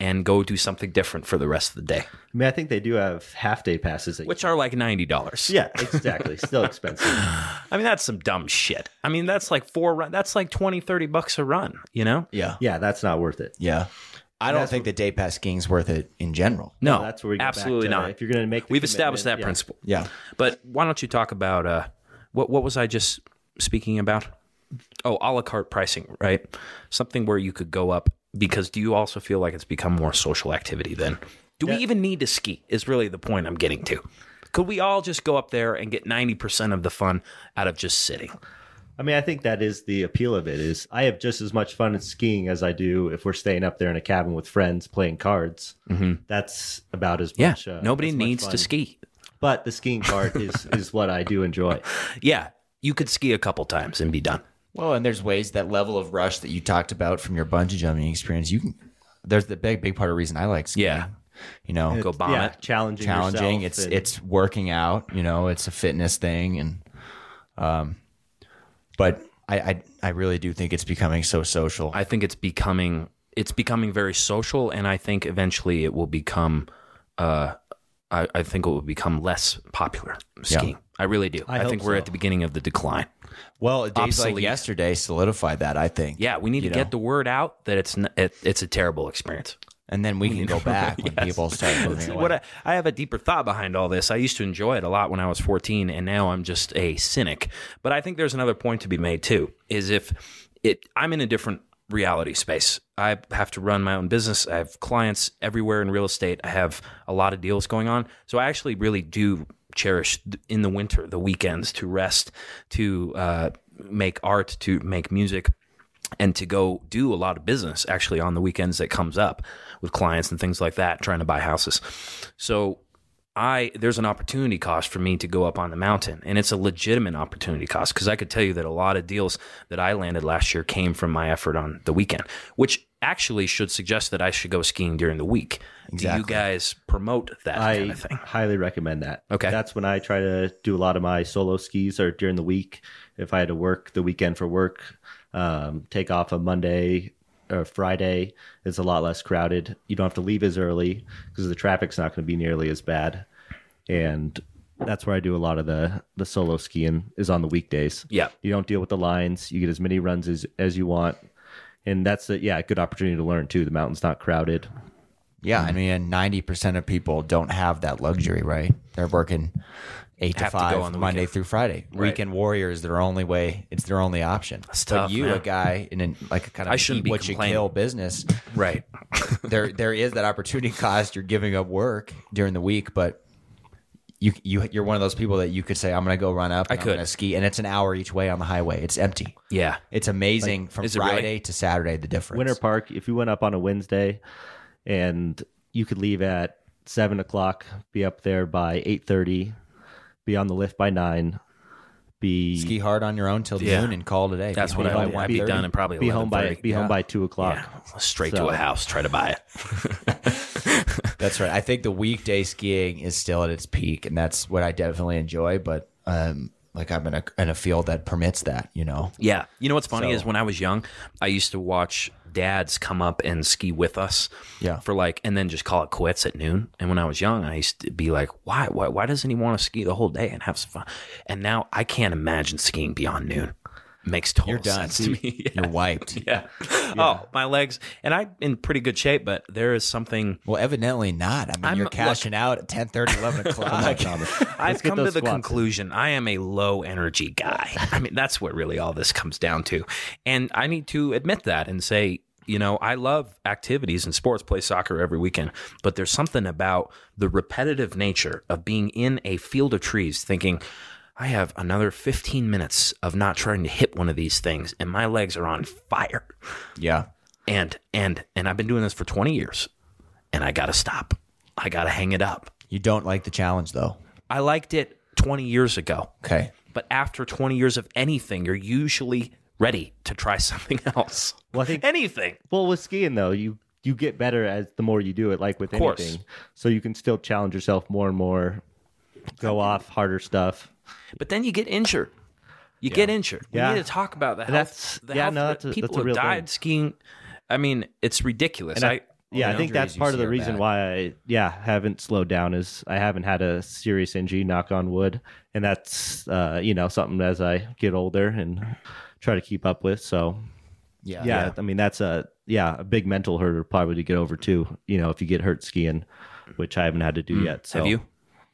[SPEAKER 1] and go do something different for the rest of the day,
[SPEAKER 4] I mean, I think they do have half day passes. That
[SPEAKER 1] which are like ninety dollars.
[SPEAKER 4] yeah, exactly. Still expensive.
[SPEAKER 1] I mean that's some dumb shit. I mean that's like four run. That's like 20, 30 bucks a run. You know?
[SPEAKER 3] yeah.
[SPEAKER 4] Yeah, that's not worth it.
[SPEAKER 3] Yeah. I don't think the day pass skiing's worth it in general.
[SPEAKER 1] No,
[SPEAKER 4] That's where we go back
[SPEAKER 1] Oh, absolutely
[SPEAKER 4] to,
[SPEAKER 1] not.
[SPEAKER 4] If you're going to make, the
[SPEAKER 1] We've established that
[SPEAKER 4] commitment, yeah.
[SPEAKER 1] principle.
[SPEAKER 3] Yeah.
[SPEAKER 1] But why don't you talk about uh, what what was I just speaking about? Oh, a la carte pricing, right? Something where you could go up because do you also feel like it's become more social activity then? Do we even need to ski? Is really the point I'm getting to. Could we all just go up there and get 90% of the fun out of just sitting?
[SPEAKER 4] I mean, I think that is the appeal of it. Is I have just as much fun at skiing as I do if we're staying up there in a cabin with friends playing cards. That's about as
[SPEAKER 1] Mm-hmm. Yeah.
[SPEAKER 4] much. uh,
[SPEAKER 1] Nobody
[SPEAKER 4] as much
[SPEAKER 1] needs to
[SPEAKER 4] fun.
[SPEAKER 1] ski.
[SPEAKER 4] but the skiing part is is what I do enjoy.
[SPEAKER 1] Yeah. You could ski a couple times and be done.
[SPEAKER 3] Well, and there's ways that level of rush that you talked about from your bungee jumping experience. You can there's the big big part of the reason I like skiing.
[SPEAKER 1] Yeah.
[SPEAKER 3] You know,
[SPEAKER 1] Go bomb
[SPEAKER 4] yeah,
[SPEAKER 1] it.
[SPEAKER 4] challenging,
[SPEAKER 3] challenging.
[SPEAKER 4] yourself
[SPEAKER 3] It's
[SPEAKER 4] and-
[SPEAKER 3] it's working out. You know, it's a fitness thing, and um, but I I, I really do think it's becoming so social.
[SPEAKER 1] I think it's becoming it's becoming very social, and I think eventually it will become. Uh, I, I think it will become less popular skiing. I really do. I,
[SPEAKER 4] hope
[SPEAKER 1] think we're
[SPEAKER 4] so.
[SPEAKER 1] at the beginning of the decline.
[SPEAKER 3] well, days
[SPEAKER 1] obsolete.
[SPEAKER 3] like yesterday solidified that. I think.
[SPEAKER 1] Yeah, we need to get the word out that it's n- it, it's a terrible experience.
[SPEAKER 3] and then we can go back when people start moving away.
[SPEAKER 1] What I, I have a deeper thought behind all this. I used to enjoy it a lot when I was 14, and now I'm just a cynic. But I think there's another point to be made too. Is if it, I'm in a different reality space. I have to run my own business. I have clients everywhere in real estate. I have a lot of deals going on. So I actually really do cherish th- in the winter the weekends to rest, to uh, make art, to make music and to go do a lot of business actually on the weekends that comes up with clients and things like that trying to buy houses so i there's an opportunity cost for me to go up on the mountain and it's a legitimate opportunity cost because i could tell you that a lot of deals that i landed last year came from my effort on the weekend which actually should suggest that i should go skiing during the week do you
[SPEAKER 3] Exactly.
[SPEAKER 1] guys promote that kind
[SPEAKER 4] I
[SPEAKER 1] of thing
[SPEAKER 4] highly recommend that.
[SPEAKER 1] Okay.
[SPEAKER 4] That's when I try to do a lot of my solo skis or during the week. If I had to work the weekend for work, um, take off a Monday or Friday, it's a lot less crowded. You don't have to leave as early because the traffic's not going to be nearly as bad. And that's where I do a lot of the, the solo skiing is on the weekdays.
[SPEAKER 1] Yeah.
[SPEAKER 4] You don't deal with the lines. You get as many runs as, as you want. And that's a, yeah, a good opportunity to learn too. The mountain's not crowded.
[SPEAKER 3] Yeah,
[SPEAKER 1] Mm-hmm.
[SPEAKER 3] I mean, ninety percent of people don't have that luxury, right? They're working eight
[SPEAKER 1] Have
[SPEAKER 3] to
[SPEAKER 1] to go
[SPEAKER 3] five
[SPEAKER 1] on the
[SPEAKER 3] Monday
[SPEAKER 1] weekend.
[SPEAKER 3] through Friday. Weekend warrior is their only way. It's their only option. but
[SPEAKER 1] tough,
[SPEAKER 3] you,
[SPEAKER 1] man.
[SPEAKER 3] a guy in an, like a kind of
[SPEAKER 1] I shouldn't
[SPEAKER 3] eat
[SPEAKER 1] be
[SPEAKER 3] what you
[SPEAKER 1] complaining.
[SPEAKER 3] kill business,
[SPEAKER 1] right
[SPEAKER 3] there there is that opportunity cost. You're giving up work during the week, but you you you're one of those people that you could say, "I'm going to go run up. I
[SPEAKER 1] could.
[SPEAKER 3] am going to ski," and it's an hour each way on the highway. It's empty.
[SPEAKER 1] yeah
[SPEAKER 3] It's amazing from
[SPEAKER 1] is it really?
[SPEAKER 3] Friday to Saturday. The difference.
[SPEAKER 4] Winter Park, if you went up on a Wednesday and you could leave at seven o'clock, be up there by eight thirty, be on the lift by nine, be
[SPEAKER 3] ski hard on your own till
[SPEAKER 1] Yeah.
[SPEAKER 3] noon and call today.
[SPEAKER 1] that's
[SPEAKER 3] Be
[SPEAKER 1] what
[SPEAKER 3] home
[SPEAKER 1] i
[SPEAKER 3] by
[SPEAKER 1] would I'd be
[SPEAKER 3] 1:30.
[SPEAKER 1] done and probably
[SPEAKER 4] be home by
[SPEAKER 1] 11:30.
[SPEAKER 4] be home by two o'clock.
[SPEAKER 1] yeah, straight
[SPEAKER 4] So-
[SPEAKER 1] to a house try to buy it
[SPEAKER 3] That's right. I think the weekday skiing is still at its peak, and that's what I definitely enjoy. But um, like I'm in a in a field that permits that, you know.
[SPEAKER 1] Yeah. You know what's funny
[SPEAKER 3] So-
[SPEAKER 1] is when I was young, I used to watch dads come up and ski with us.
[SPEAKER 3] Yeah.
[SPEAKER 1] For like, and then just call it quits at noon. And when I was young, I used to be like, why, why, why doesn't he want to ski the whole day and have some fun? And now I can't imagine skiing beyond noon. Makes total
[SPEAKER 3] You're done.
[SPEAKER 1] sense to me. Yeah.
[SPEAKER 3] You're wiped.
[SPEAKER 1] Yeah. Oh, my legs. And I'm in pretty good shape, but there is something.
[SPEAKER 3] Well, evidently not. I mean,
[SPEAKER 1] I'm-
[SPEAKER 3] you're
[SPEAKER 1] look-
[SPEAKER 3] cashing out at 10, 11 o'clock.
[SPEAKER 1] I've
[SPEAKER 4] get
[SPEAKER 1] come to
[SPEAKER 4] those
[SPEAKER 1] the
[SPEAKER 4] squats in.
[SPEAKER 1] conclusion I am a low energy guy. I mean, that's what really all this comes down to. And I need to admit that and say, you know, I love activities and sports, play soccer every weekend, but there's something about the repetitive nature of being in a field of trees thinking, I have another 15 minutes of not trying to hit one of these things and my legs are on fire.
[SPEAKER 3] yeah.
[SPEAKER 1] And, and, and I've been doing this for 20 years and I got to stop. I got to hang it up.
[SPEAKER 3] You don't like the challenge, though.
[SPEAKER 1] I liked it 20 years ago.
[SPEAKER 3] Okay.
[SPEAKER 1] But after 20 years of anything, you're usually ready to try something else.
[SPEAKER 4] Well, I think-
[SPEAKER 1] anything.
[SPEAKER 4] Well, with skiing though, you you get better as the more you do it, like with
[SPEAKER 1] course.
[SPEAKER 4] anything. So you can still challenge yourself more and more. Go off harder stuff.
[SPEAKER 1] But then you get injured. You get injured.
[SPEAKER 4] Yeah.
[SPEAKER 1] We need to talk about that.
[SPEAKER 4] That's-
[SPEAKER 1] the
[SPEAKER 4] yeah,
[SPEAKER 1] health-
[SPEAKER 4] no, that's a-
[SPEAKER 1] people
[SPEAKER 4] that's a
[SPEAKER 1] have
[SPEAKER 4] real
[SPEAKER 1] died
[SPEAKER 4] thing.
[SPEAKER 1] skiing. I mean, it's ridiculous. I, Oh,
[SPEAKER 4] yeah,
[SPEAKER 3] the
[SPEAKER 4] I think that's
[SPEAKER 3] injuries you
[SPEAKER 4] part of
[SPEAKER 3] see
[SPEAKER 4] the
[SPEAKER 3] are
[SPEAKER 4] reason
[SPEAKER 3] bad.
[SPEAKER 4] why I yeah haven't slowed down is I haven't had a serious injury, knock on wood, and that's uh, you know something as I get older and try to keep up with. So
[SPEAKER 3] Yeah.
[SPEAKER 4] yeah, I mean that's a yeah a big mental hurdle probably to get over too. You know if you get hurt skiing, which I haven't had to do yet. So
[SPEAKER 1] Mm. have you?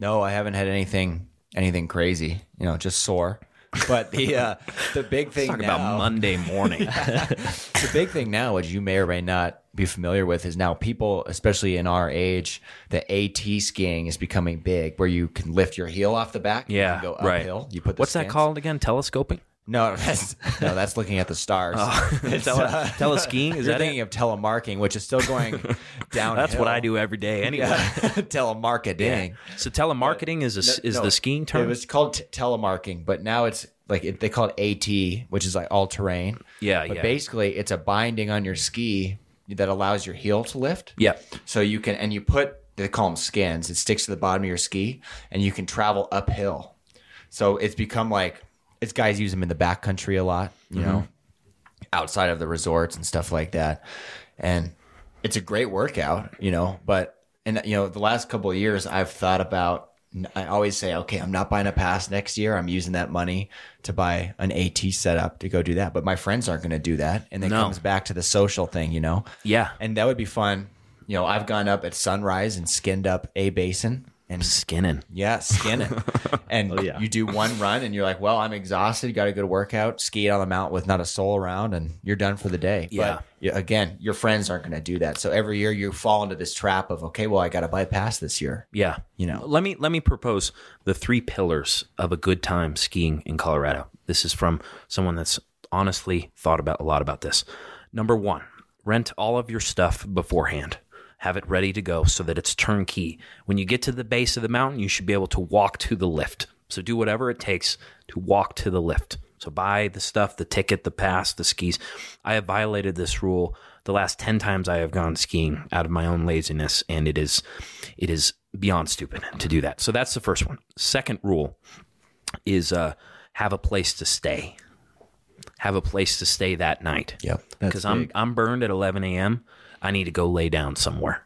[SPEAKER 3] No, I haven't had anything anything crazy. You know, just sore. But the uh, the big thing
[SPEAKER 1] Talk
[SPEAKER 3] now,
[SPEAKER 1] about Monday morning.
[SPEAKER 3] the big thing now, which you may or may not be familiar with, is now people, especially in our age, the AT skiing is becoming big, where you can lift your heel off the back.
[SPEAKER 1] yeah,
[SPEAKER 3] you can go
[SPEAKER 1] right.
[SPEAKER 3] uphill. You put the
[SPEAKER 1] What's that
[SPEAKER 3] stance-
[SPEAKER 1] called again? Telescoping.
[SPEAKER 3] No, that's no, that's looking at the stars.
[SPEAKER 1] Oh,
[SPEAKER 3] uh,
[SPEAKER 1] Tele- teleskiing, is
[SPEAKER 3] you're
[SPEAKER 1] that
[SPEAKER 3] thinking of telemarking, which is still going down.
[SPEAKER 1] That's what I do every day anyway.
[SPEAKER 3] Yeah, telemarketing.
[SPEAKER 1] So telemarketing is a, s-
[SPEAKER 3] No,
[SPEAKER 1] is
[SPEAKER 3] no,
[SPEAKER 1] the skiing term.
[SPEAKER 3] It was called t- telemarking, but now it's like it, they call it AT, which is like all terrain.
[SPEAKER 1] Yeah,
[SPEAKER 3] but
[SPEAKER 1] yeah.
[SPEAKER 3] basically, it's a binding on your ski that allows your heel to lift.
[SPEAKER 1] yeah.
[SPEAKER 3] So you can, and you put, they call them skins. It sticks to the bottom of your ski and you can travel uphill. So it's become like, it's guys use them in the backcountry a lot, you know, outside of the resorts and stuff like that. And it's a great workout, you know, but, and, you know, the last couple of years I've thought about, I always say, okay, I'm not buying a pass next year. I'm using that money to buy an AT setup to go do that. But my friends aren't going to do that. And it
[SPEAKER 1] No.
[SPEAKER 3] comes back to the social thing, you know?
[SPEAKER 1] Yeah.
[SPEAKER 3] and that would be fun. You know, I've gone up at sunrise and skinned up a basin and
[SPEAKER 1] Skinning.
[SPEAKER 3] yeah, skin it. And
[SPEAKER 4] yeah.
[SPEAKER 3] you do one run and you're like, well, I'm exhausted. Got a good workout, ski it on the mountain with not a soul around and you're done for the day.
[SPEAKER 1] Yeah.
[SPEAKER 3] But yeah, again, your friends aren't going to do that. So every year you fall into this trap of, okay, well, I got to bypass this year.
[SPEAKER 1] Yeah.
[SPEAKER 3] You know.
[SPEAKER 1] Let me let me propose the three pillars of a good time skiing in Colorado. This is from someone that's honestly thought about a lot about this. Number 1, rent all of your stuff beforehand. Have it ready to go so that it's turnkey. When you get to the base of the mountain, you should be able to walk to the lift. So do whatever it takes to walk to the lift. So buy the stuff, the ticket, the pass, the skis. I have violated this rule the last 10 times I have gone skiing out of my own laziness and it is it is beyond stupid to do that. So that's the first one. Second rule is uh have a place to stay. Have a place to stay that night.
[SPEAKER 3] Yep.
[SPEAKER 1] Cuz I'm I'm burned at 11 a.m. I need to go lay down somewhere.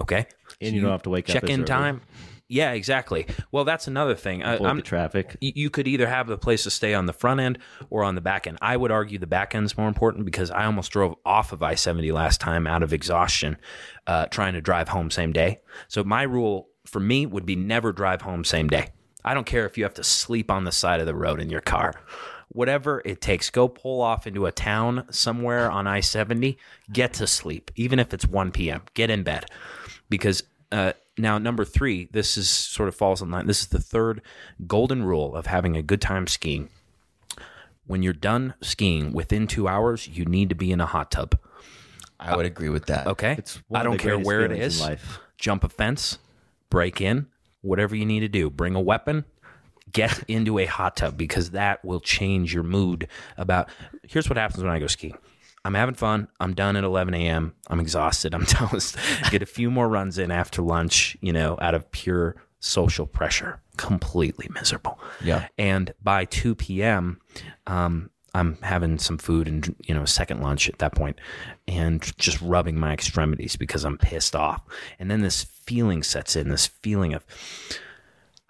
[SPEAKER 1] Okay?
[SPEAKER 4] And you don't have to wake up
[SPEAKER 1] Check
[SPEAKER 4] as
[SPEAKER 1] in
[SPEAKER 4] early.
[SPEAKER 1] time. Yeah, exactly. Well, that's another thing. I,
[SPEAKER 4] Avoid
[SPEAKER 1] I'm
[SPEAKER 4] the traffic.
[SPEAKER 1] y- you could either have the place to stay on the front end or on the back end. I would argue the back end's more important because I almost drove off of I 70 last time out of exhaustion uh, trying to drive home same day. So my rule for me would be never drive home same day. I don't care if you have to sleep on the side of the road in your car. Whatever it takes, go pull off into a town somewhere on I 70, get to sleep, even if it's 1 p.m., get in bed because uh, now number three, this is sort of falls in line. This is the third golden rule of having a good time skiing. When you're done skiing within two hours, you need to be in a hot tub.
[SPEAKER 3] I would agree with that.
[SPEAKER 1] Okay,
[SPEAKER 4] It's one
[SPEAKER 1] I
[SPEAKER 4] of the
[SPEAKER 1] don't care
[SPEAKER 4] greatest
[SPEAKER 1] where it
[SPEAKER 4] feelings
[SPEAKER 1] is.
[SPEAKER 4] in life.
[SPEAKER 1] Jump a fence, break in, whatever you need to do. Bring a weapon. Get into a hot tub because that will change your mood. About here's what happens when I go skiing. I'm having fun. I'm done at 11 a.m. I'm exhausted. I'm toast. Get a few more runs in after lunch, you know, out of pure social pressure. Completely miserable.
[SPEAKER 3] Yeah.
[SPEAKER 1] And by 2 p.m., um, I'm having some food and, you know, second lunch at that point and just rubbing my extremities because I'm pissed off. And then this feeling sets in this feeling of,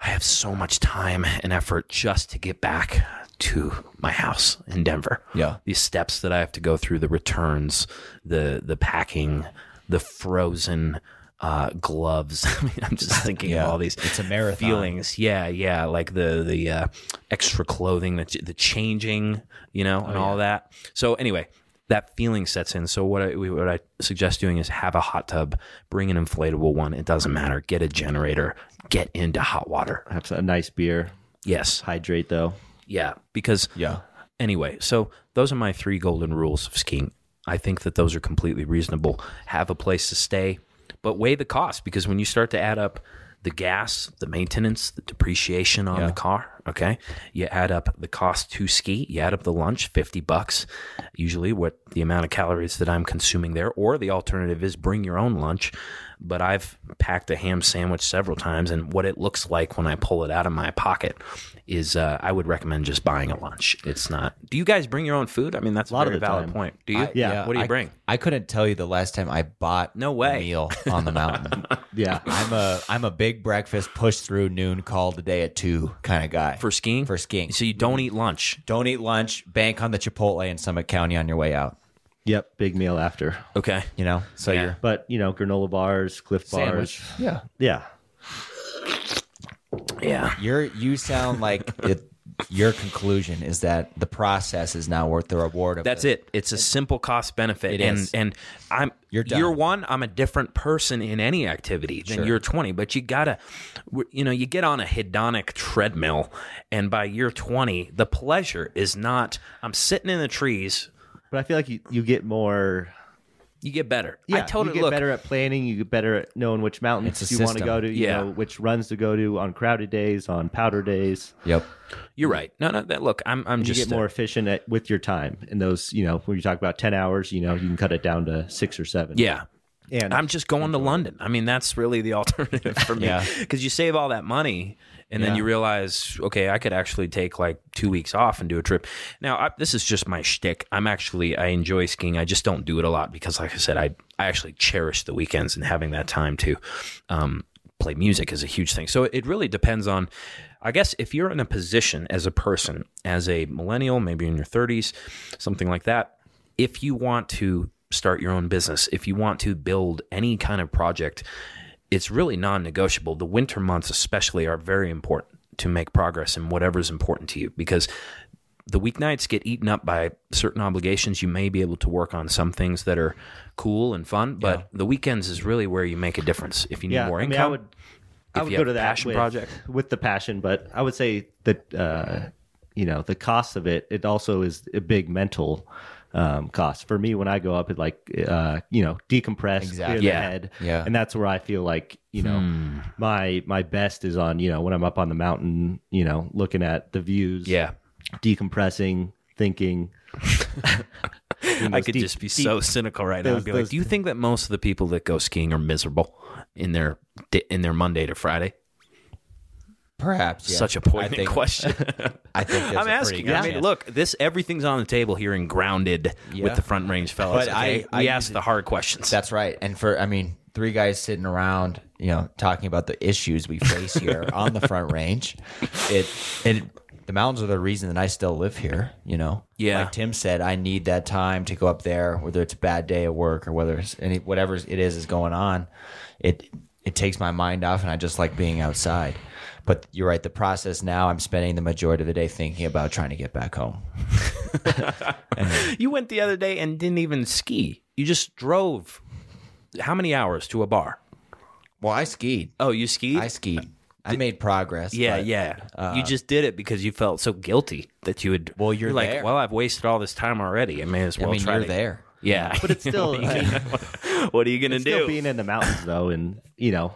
[SPEAKER 1] I have so much time and effort just to get back to my house in Denver.
[SPEAKER 3] Yeah.
[SPEAKER 1] These steps that I have to go through, the returns, the the packing, the frozen uh, gloves. I mean, I'm just thinking
[SPEAKER 3] Yeah.
[SPEAKER 1] of all these
[SPEAKER 3] It's a marathon.
[SPEAKER 1] feelings. Yeah, yeah, like the the uh, extra clothing, the the changing, you know, and all that. So anyway, that feeling sets in. So what I we- what I suggest doing is have a hot tub, bring an inflatable one. It doesn't matter. Get a generator. Get into hot water.
[SPEAKER 4] Have a nice beer.
[SPEAKER 1] Yes.
[SPEAKER 4] Hydrate though.
[SPEAKER 1] Yeah. Because
[SPEAKER 3] Yeah.
[SPEAKER 1] anyway, so those are my three golden rules of skiing. I think that those are completely reasonable. Have a place to stay, but weigh the cost because when you start to add up the gas, the maintenance, the depreciation on the car, okay? You add up the cost to ski, you add up the lunch, 50 bucks, usually what the amount of calories that I'm consuming there, or the alternative is bring your own lunch. But I've packed a ham sandwich several times, and what it looks like when I pull it out of my pocket is uh, I would recommend just buying a lunch. It's not. Do you guys bring your own food? I mean, that's a,
[SPEAKER 4] lot of
[SPEAKER 1] very
[SPEAKER 4] the
[SPEAKER 1] valid
[SPEAKER 4] time.
[SPEAKER 1] point. Do you?
[SPEAKER 3] I- yeah,
[SPEAKER 1] What do you
[SPEAKER 3] I-
[SPEAKER 1] bring?
[SPEAKER 3] I couldn't tell you the last time I bought
[SPEAKER 1] No way.
[SPEAKER 3] a meal on the mountain.
[SPEAKER 4] Yeah.
[SPEAKER 3] I'm a I'm a big breakfast push through noon call today at two kind of guy
[SPEAKER 1] For skiing?
[SPEAKER 3] for skiing.
[SPEAKER 1] So you don't eat lunch.
[SPEAKER 3] Don't eat lunch. Bank on the Chipotle in Summit County on your way out.
[SPEAKER 4] Yep. Big meal after.
[SPEAKER 1] Okay.
[SPEAKER 3] You know, so
[SPEAKER 1] Yeah.
[SPEAKER 3] you're
[SPEAKER 4] But you know, granola bars, Cliff bars.
[SPEAKER 3] sandwich. Yeah,
[SPEAKER 4] Yeah.
[SPEAKER 1] Yeah.
[SPEAKER 3] you're you sound like it, your conclusion is that the process is now worth the reward of
[SPEAKER 1] That's
[SPEAKER 3] the-
[SPEAKER 1] it. It's a simple cost benefit.
[SPEAKER 3] It
[SPEAKER 1] and
[SPEAKER 3] is.
[SPEAKER 1] and I'm
[SPEAKER 3] You're done.
[SPEAKER 1] year one, I'm a different person in any activity than
[SPEAKER 3] Sure.
[SPEAKER 1] year 20. But you gotta w- you know, you get on a hedonic treadmill and by year 20, the pleasure is not I'm sitting in the trees,
[SPEAKER 4] But I feel like you, you get more.
[SPEAKER 1] you get better. I
[SPEAKER 4] Yeah, you
[SPEAKER 1] totally
[SPEAKER 4] get
[SPEAKER 1] look
[SPEAKER 4] better at planning. You get better at knowing which mountains
[SPEAKER 3] It's a
[SPEAKER 4] you want to
[SPEAKER 3] system.
[SPEAKER 4] go to. You
[SPEAKER 1] Yeah.
[SPEAKER 4] know, which runs to go to on crowded days, on powder days.
[SPEAKER 3] Yep.
[SPEAKER 1] you're right. No, no, that look, I'm I'm
[SPEAKER 4] You
[SPEAKER 1] just
[SPEAKER 4] get
[SPEAKER 1] a-
[SPEAKER 4] more efficient at, with your time. And those, you know, when you talk about ten hours, you know, you can cut it down to six or seven.
[SPEAKER 1] yeah.
[SPEAKER 4] and
[SPEAKER 1] I'm just going to London. I mean, that's really the alternative for me
[SPEAKER 3] Yeah.
[SPEAKER 1] because you save all that money and then
[SPEAKER 4] Yeah.
[SPEAKER 1] you realize, okay, I could actually take like two weeks off and do a trip. Now, I, this is just my shtick. I'm actually I enjoy skiing. I just don't do it a lot because, like I said, I I actually cherish the weekends and having that time to um, play music is a huge thing. So it really depends on. I guess if you're in a position as a person, as a millennial, maybe in your 30s, something like that, if you want to start your own business, if you want to build any kind of project, it's really non negotiable. The winter months, especially, are very important to make progress in whatever's important to you because the weeknights get eaten up by certain obligations. You may be able to work on some things that are cool and fun, but the weekends is really where you make a difference. If you need
[SPEAKER 4] yeah,
[SPEAKER 1] more
[SPEAKER 4] I
[SPEAKER 1] income,
[SPEAKER 4] mean, I would, I
[SPEAKER 1] if
[SPEAKER 4] would
[SPEAKER 1] you
[SPEAKER 4] go
[SPEAKER 1] have
[SPEAKER 4] to
[SPEAKER 1] a
[SPEAKER 4] that
[SPEAKER 1] passion
[SPEAKER 4] with,
[SPEAKER 1] project.
[SPEAKER 4] with the passion, but I would say that uh, you know the cost of it. It also is a big mental um, cost for me when I go up. It like uh, you know decompress,
[SPEAKER 3] Exactly.
[SPEAKER 4] clear
[SPEAKER 1] Yeah. Hmm.
[SPEAKER 4] the head,
[SPEAKER 3] Yeah.
[SPEAKER 4] and that's where I feel like you know my my best is on you know when I'm up on the mountain, you know looking at the views,
[SPEAKER 1] yeah.
[SPEAKER 4] decompressing, thinking.
[SPEAKER 1] I could just be so cynical right now.
[SPEAKER 4] those-
[SPEAKER 1] I'd be like,
[SPEAKER 4] those-
[SPEAKER 1] "Do you think that most of the people that go skiing are miserable in their in their Monday to Friday?"
[SPEAKER 3] Perhaps yeah.
[SPEAKER 1] Such a
[SPEAKER 3] I
[SPEAKER 1] poignant
[SPEAKER 3] think-
[SPEAKER 1] question.
[SPEAKER 3] I think
[SPEAKER 1] I'm
[SPEAKER 3] that's a pretty
[SPEAKER 1] asking.
[SPEAKER 3] good
[SPEAKER 1] I mean,
[SPEAKER 3] chance.
[SPEAKER 1] look, this everything's on the table here in grounded with
[SPEAKER 3] Yeah.
[SPEAKER 1] the front range fellas.
[SPEAKER 3] But
[SPEAKER 1] okay?
[SPEAKER 3] I-
[SPEAKER 1] we
[SPEAKER 3] I-
[SPEAKER 1] ask the hard questions.
[SPEAKER 3] That's right. And for I mean, three guys sitting around, you know, talking about the issues we face here on the front range. It it the mountains are the reason that I still live here, you know.
[SPEAKER 1] Yeah.
[SPEAKER 3] Like Tim said, I need that time to go up there, whether it's a bad day at work or whether it's any whatever it is is going on. It it takes my mind off and I just like being outside. But you're right, the process now I'm spending the majority of the day thinking about trying to get back home.
[SPEAKER 1] you went the other day and didn't even ski. You just drove. How many hours to a bar?
[SPEAKER 3] Well, I skied.
[SPEAKER 1] Oh, you skied.
[SPEAKER 3] I skied. I made progress.
[SPEAKER 1] yeah,
[SPEAKER 3] but- uh,
[SPEAKER 1] yeah. you just did it because you felt so guilty that you would.
[SPEAKER 3] Well, you're
[SPEAKER 1] like,
[SPEAKER 3] there.
[SPEAKER 1] well, I've wasted all this time already. I may as
[SPEAKER 3] I
[SPEAKER 1] well
[SPEAKER 3] mean,
[SPEAKER 1] try
[SPEAKER 3] you're
[SPEAKER 1] to-
[SPEAKER 3] there.
[SPEAKER 1] Yeah, but it's
[SPEAKER 4] Still,
[SPEAKER 1] what are you gonna
[SPEAKER 4] still
[SPEAKER 1] do?
[SPEAKER 4] being in the mountains though, and you know,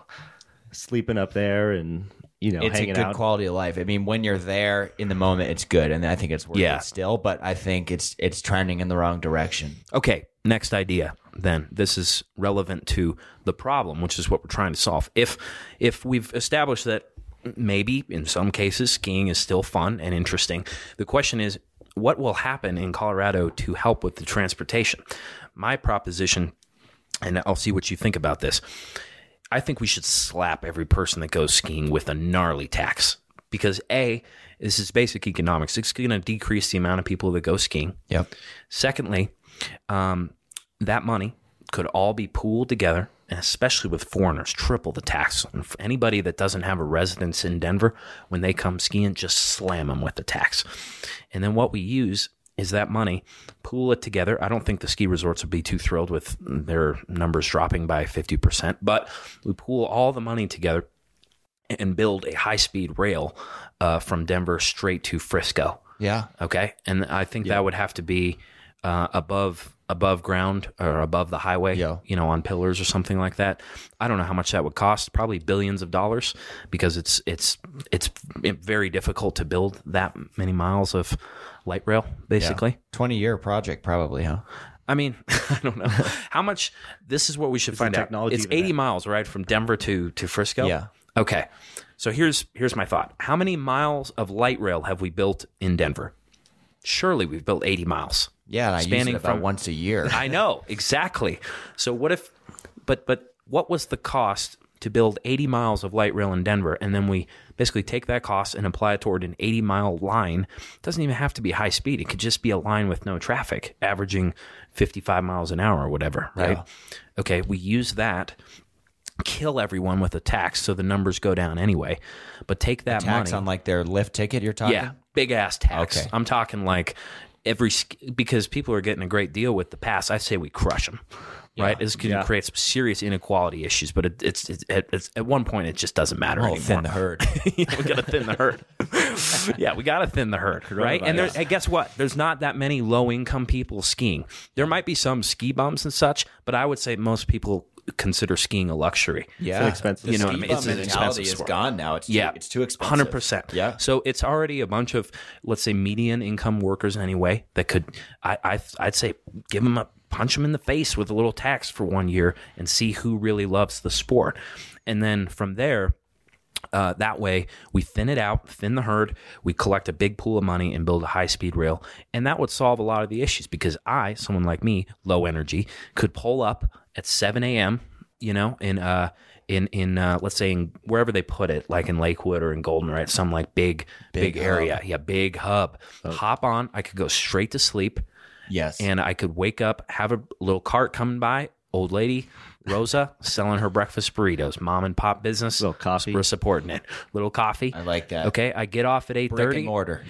[SPEAKER 4] sleeping up there, and you know,
[SPEAKER 3] it's a
[SPEAKER 4] hanging
[SPEAKER 3] good
[SPEAKER 4] out.
[SPEAKER 3] quality of life. I mean, when you're there in the moment, it's good, and I think it's worth
[SPEAKER 1] Yeah.
[SPEAKER 3] it still. But I think it's it's trending in the wrong direction.
[SPEAKER 1] Okay, next idea then. This is relevant to the problem, which is what we're trying to solve. If if we've established that maybe in some cases skiing is still fun and interesting, the question is what will happen in Colorado to help with the transportation? My proposition and I'll see what you think about this. I think we should slap every person that goes skiing with a gnarly tax because A, this is basic economics. It's going to decrease the amount of people that go skiing.
[SPEAKER 3] Yep.
[SPEAKER 1] Secondly, um, that money could all be pooled together, and especially with foreigners, triple the tax. And for anybody that doesn't have a residence in Denver, when they come skiing, just slam them with the tax. And then what we use is that money, pool it together. I don't think the ski resorts would be too thrilled with their numbers dropping by 50%, but we pool all the money together and build a high speed rail uh, from Denver straight to Frisco.
[SPEAKER 3] Yeah.
[SPEAKER 1] Okay, and I think that would have to be uh, above above ground or above the highway.
[SPEAKER 3] Yeah.
[SPEAKER 1] you know, on pillars or something like that. I don't know how much that would cost. Probably billions of dollars because it's it's it's very difficult to build that many miles of light rail. Basically,
[SPEAKER 3] Twenty year project, probably, huh?
[SPEAKER 1] I mean, I don't know how much. This is what we should find out.
[SPEAKER 4] technology
[SPEAKER 1] It's
[SPEAKER 4] even
[SPEAKER 1] eighty miles, right, from Denver to to Frisco.
[SPEAKER 3] Yeah.
[SPEAKER 1] Okay. So here's here's my thought. How many miles of light rail have we built in Denver? Surely we've built eighty miles.
[SPEAKER 3] Yeah. And I use
[SPEAKER 1] Spanning
[SPEAKER 3] it about
[SPEAKER 1] from-
[SPEAKER 3] once a year.
[SPEAKER 1] I know exactly. So what if? But but what was the cost to build 80 miles of light rail in Denver, and then we basically take that cost and apply it toward an 80 mile line? It doesn't even have to be high speed. It could just be a line with no traffic, averaging 55 miles an hour or whatever. Right? Okay, we use that. Kill everyone with a tax, so the numbers go down anyway. But take that
[SPEAKER 3] Tax
[SPEAKER 1] money.
[SPEAKER 3] on like their lift ticket. You're talking.
[SPEAKER 1] Yeah. big ass tax.
[SPEAKER 3] Okay.
[SPEAKER 1] I'm talking like every sk- because people are getting a great deal with the pass. I say we crush them, right? This can create some serious inequality issues, but it, it's, it's, at- it's at one point it just doesn't matter
[SPEAKER 3] Oh,
[SPEAKER 1] anymore.
[SPEAKER 3] thin the herd.
[SPEAKER 1] we gotta thin the herd. yeah, we gotta thin the herd, right? And there, and guess what? There's not that many low income people skiing. There might be some ski bums and such, but I would say most people consider skiing a luxury.
[SPEAKER 3] Yeah,
[SPEAKER 4] expensive
[SPEAKER 3] The
[SPEAKER 1] You know what I
[SPEAKER 3] ski
[SPEAKER 1] mean? It's
[SPEAKER 3] bum
[SPEAKER 1] an
[SPEAKER 3] mentality
[SPEAKER 1] expensive
[SPEAKER 3] is
[SPEAKER 1] sport.
[SPEAKER 3] gone now. It's
[SPEAKER 1] Yeah,
[SPEAKER 3] too, it's too expensive.
[SPEAKER 1] Hundred percent.
[SPEAKER 3] Yeah.
[SPEAKER 1] So it's already a bunch of let's say median income workers anyway that could I, I I'd say give them a punch them in the face with a little tax for one year and see who really loves the sport, and then from there. Uh, that way, we thin it out, thin the herd. We collect a big pool of money and build a high speed rail, and that would solve a lot of the issues. Because I, someone like me, low energy, could pull up at seven a.m. You know, in uh, in in uh, let's say in wherever they put it, like in Lakewood or in Golden, right? Some like big big,
[SPEAKER 3] Big
[SPEAKER 1] area, yeah, big hub. Hop on. I could go straight to sleep
[SPEAKER 3] Yes.
[SPEAKER 1] and I could wake up, have a little cart coming by, old lady Rosa selling her breakfast burritos, mom and pop business.
[SPEAKER 4] Little coffee.
[SPEAKER 1] We're supporting it. Little coffee.
[SPEAKER 3] I like that.
[SPEAKER 1] Okay, I get off at eight
[SPEAKER 3] Brick and
[SPEAKER 1] thirty.
[SPEAKER 3] mortar.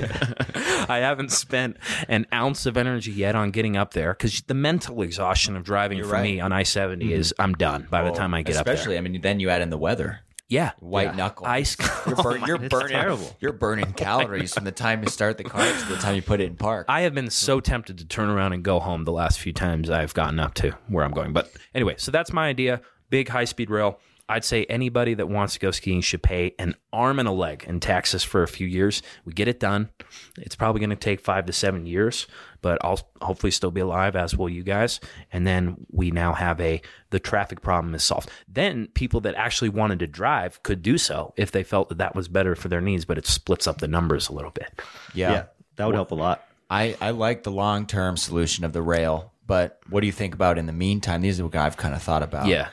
[SPEAKER 1] I haven't spent an ounce of energy yet on getting up there because the mental exhaustion of driving for
[SPEAKER 3] right. Mm-hmm.
[SPEAKER 1] me on I 70 is I'm done by the time I get up there.
[SPEAKER 3] Especially, I mean, then you add in the weather.
[SPEAKER 1] Yeah,
[SPEAKER 3] White knuckle.
[SPEAKER 1] ice. Oh
[SPEAKER 3] You're, burn, you're burning.
[SPEAKER 4] terrible.
[SPEAKER 3] You're burning calories from the time you start the car to the time you put it in park.
[SPEAKER 1] I have been so tempted to turn around and go home the last few times I've gotten up to where I'm going. But anyway, so that's my idea. Big high speed rail. I'd say anybody that wants to go skiing should pay an arm and a leg in taxes for a few years. We get it done. It's probably going to take five to seven years, but I'll hopefully still be alive, as will you guys. And then we now have a the traffic problem is solved. Then people that actually wanted to drive could do so if they felt that that was better for their needs. But it splits up the numbers a little bit.
[SPEAKER 3] yeah.
[SPEAKER 4] Yeah, that would help a lot.
[SPEAKER 3] I, I like the long term solution of the rail, but what do you think about in the meantime? These are what I've kind of thought about.
[SPEAKER 1] Yeah.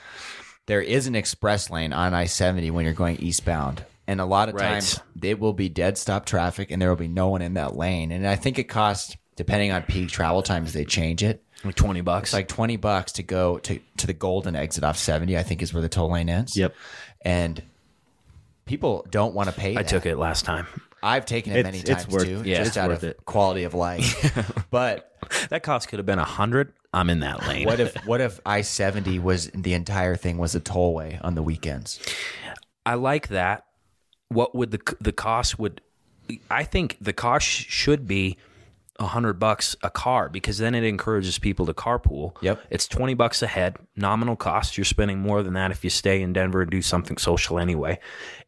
[SPEAKER 3] There is an express lane on I 70 when you're going eastbound. And a lot of
[SPEAKER 1] Right.
[SPEAKER 3] times it will be dead stop traffic and there will be no one in that lane. And I think it costs, depending on peak travel times, they change it.
[SPEAKER 1] Like twenty bucks.
[SPEAKER 3] It's like 20 bucks to go to, to the golden exit off 70, I think is where the toll lane ends.
[SPEAKER 4] Yep.
[SPEAKER 3] And people don't want to pay.
[SPEAKER 1] I
[SPEAKER 3] that.
[SPEAKER 1] took it last time.
[SPEAKER 3] I've taken it
[SPEAKER 4] It's-
[SPEAKER 3] many
[SPEAKER 4] it's
[SPEAKER 3] times
[SPEAKER 4] worth-
[SPEAKER 3] too,
[SPEAKER 1] yeah,
[SPEAKER 3] just
[SPEAKER 1] it's
[SPEAKER 3] out
[SPEAKER 4] worth
[SPEAKER 3] of
[SPEAKER 4] it.
[SPEAKER 3] quality of life. but
[SPEAKER 1] That cost could have been a hundred. I'm in that lane.
[SPEAKER 3] What if what if I seventy was the entire thing was a tollway on the weekends?
[SPEAKER 1] I like that. What would the the cost would? I think the cost should be a hundred bucks a car because then it encourages people to carpool.
[SPEAKER 3] Yep.
[SPEAKER 1] it's twenty bucks a head nominal cost. You're spending more than that if you stay in Denver and do something social anyway,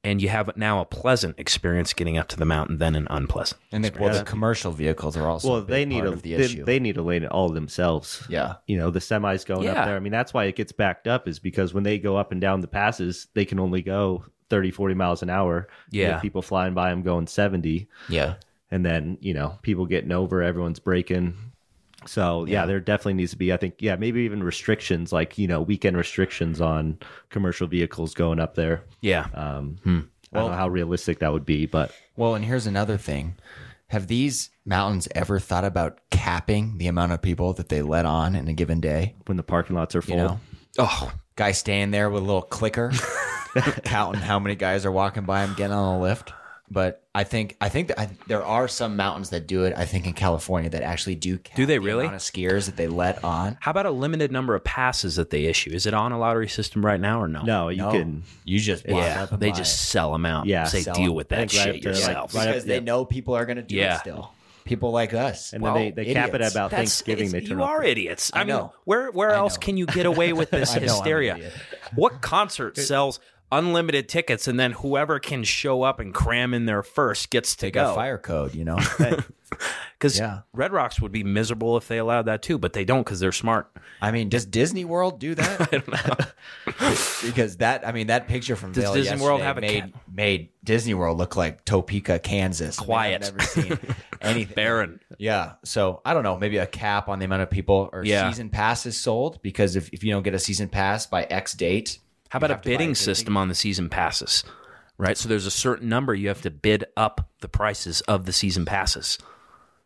[SPEAKER 1] and you have now a pleasant experience getting up to the mountain than an unpleasant.
[SPEAKER 3] And the, well, the commercial vehicles are also
[SPEAKER 4] Well, they need a
[SPEAKER 3] of the
[SPEAKER 4] they,
[SPEAKER 3] issue.
[SPEAKER 4] they need a lane all themselves.
[SPEAKER 3] Yeah.
[SPEAKER 4] you know the semis going
[SPEAKER 1] Yeah.
[SPEAKER 4] up there. I mean, that's why it gets backed up is because when they go up and down the passes, they can only go 30, 40 miles an hour. You
[SPEAKER 1] Yeah.
[SPEAKER 4] have people flying by them going seventy,
[SPEAKER 3] yeah,
[SPEAKER 4] and then you know people getting over, everyone's breaking. So yeah. there definitely needs to be. I think yeah, maybe even restrictions like you know weekend restrictions on commercial vehicles going up there.
[SPEAKER 1] Yeah,
[SPEAKER 3] Uh,
[SPEAKER 4] Um, I don't know how realistic that would be, but
[SPEAKER 3] Well, and here's another thing. Have these mountains ever thought about capping the amount of people that they let on in a given day?
[SPEAKER 4] when the parking lots are full,
[SPEAKER 3] You know,
[SPEAKER 1] oh,
[SPEAKER 3] guy staying there with a little clicker, counting how many guys are walking by him, getting on a lift. But I think I think that I, there are some mountains that do it. I think in California that actually do. Cap
[SPEAKER 1] Do they
[SPEAKER 3] the
[SPEAKER 1] really?
[SPEAKER 3] amount of skiers that they let on?
[SPEAKER 1] how about a limited number of passes that they issue? Is it on a lottery system right now or no?
[SPEAKER 4] no, you
[SPEAKER 3] No.
[SPEAKER 4] can.
[SPEAKER 3] You just walk
[SPEAKER 1] Yeah,
[SPEAKER 3] up and
[SPEAKER 1] they
[SPEAKER 3] buy
[SPEAKER 1] just
[SPEAKER 3] it.
[SPEAKER 1] sell them out.
[SPEAKER 4] Yeah,
[SPEAKER 1] say
[SPEAKER 3] sell
[SPEAKER 1] deal
[SPEAKER 3] 'em.
[SPEAKER 1] with
[SPEAKER 4] I
[SPEAKER 1] that
[SPEAKER 4] think
[SPEAKER 1] shit
[SPEAKER 4] right up to, like,
[SPEAKER 1] yourself.
[SPEAKER 4] right up-
[SPEAKER 3] because they know people are going to do
[SPEAKER 1] Yeah.
[SPEAKER 3] it still. People like us.
[SPEAKER 4] And
[SPEAKER 1] Well,
[SPEAKER 4] then they, they cap it
[SPEAKER 3] idiots.
[SPEAKER 4] about
[SPEAKER 1] That's-
[SPEAKER 4] Thanksgiving.
[SPEAKER 1] it's-
[SPEAKER 4] They turn
[SPEAKER 1] you
[SPEAKER 4] off
[SPEAKER 1] are idiots. I,
[SPEAKER 3] I
[SPEAKER 1] mean,
[SPEAKER 3] know.
[SPEAKER 1] where where else
[SPEAKER 3] know.
[SPEAKER 1] can you get away with this
[SPEAKER 3] I know I'm an
[SPEAKER 1] hysteria?
[SPEAKER 3] idiot.
[SPEAKER 1] What concert sells unlimited tickets and then whoever can show up and cram in there first gets to
[SPEAKER 3] they got
[SPEAKER 1] go?
[SPEAKER 3] fire code, you know.
[SPEAKER 1] Because
[SPEAKER 3] Yeah.
[SPEAKER 1] Red Rocks would be miserable if they allowed that too, but they don't because they're smart.
[SPEAKER 3] I mean, does Disney World do that? because that, I mean, that picture from
[SPEAKER 1] Does
[SPEAKER 3] Vail
[SPEAKER 1] Disney World
[SPEAKER 3] yesterday
[SPEAKER 1] have a
[SPEAKER 3] made made Disney World look like Topeka, Kansas. I mean, I've
[SPEAKER 1] Quiet.
[SPEAKER 3] never seen anything.
[SPEAKER 1] Baron.
[SPEAKER 3] Yeah. So I don't know. Maybe a cap on the amount of people or
[SPEAKER 1] Yeah.
[SPEAKER 3] season passes sold because if, if you don't get a season pass by X date,
[SPEAKER 1] How about a
[SPEAKER 3] to buy a
[SPEAKER 1] bidding
[SPEAKER 3] ticket.
[SPEAKER 1] system on the season passes? Right, so there's a certain number you have to bid up the prices of the season passes.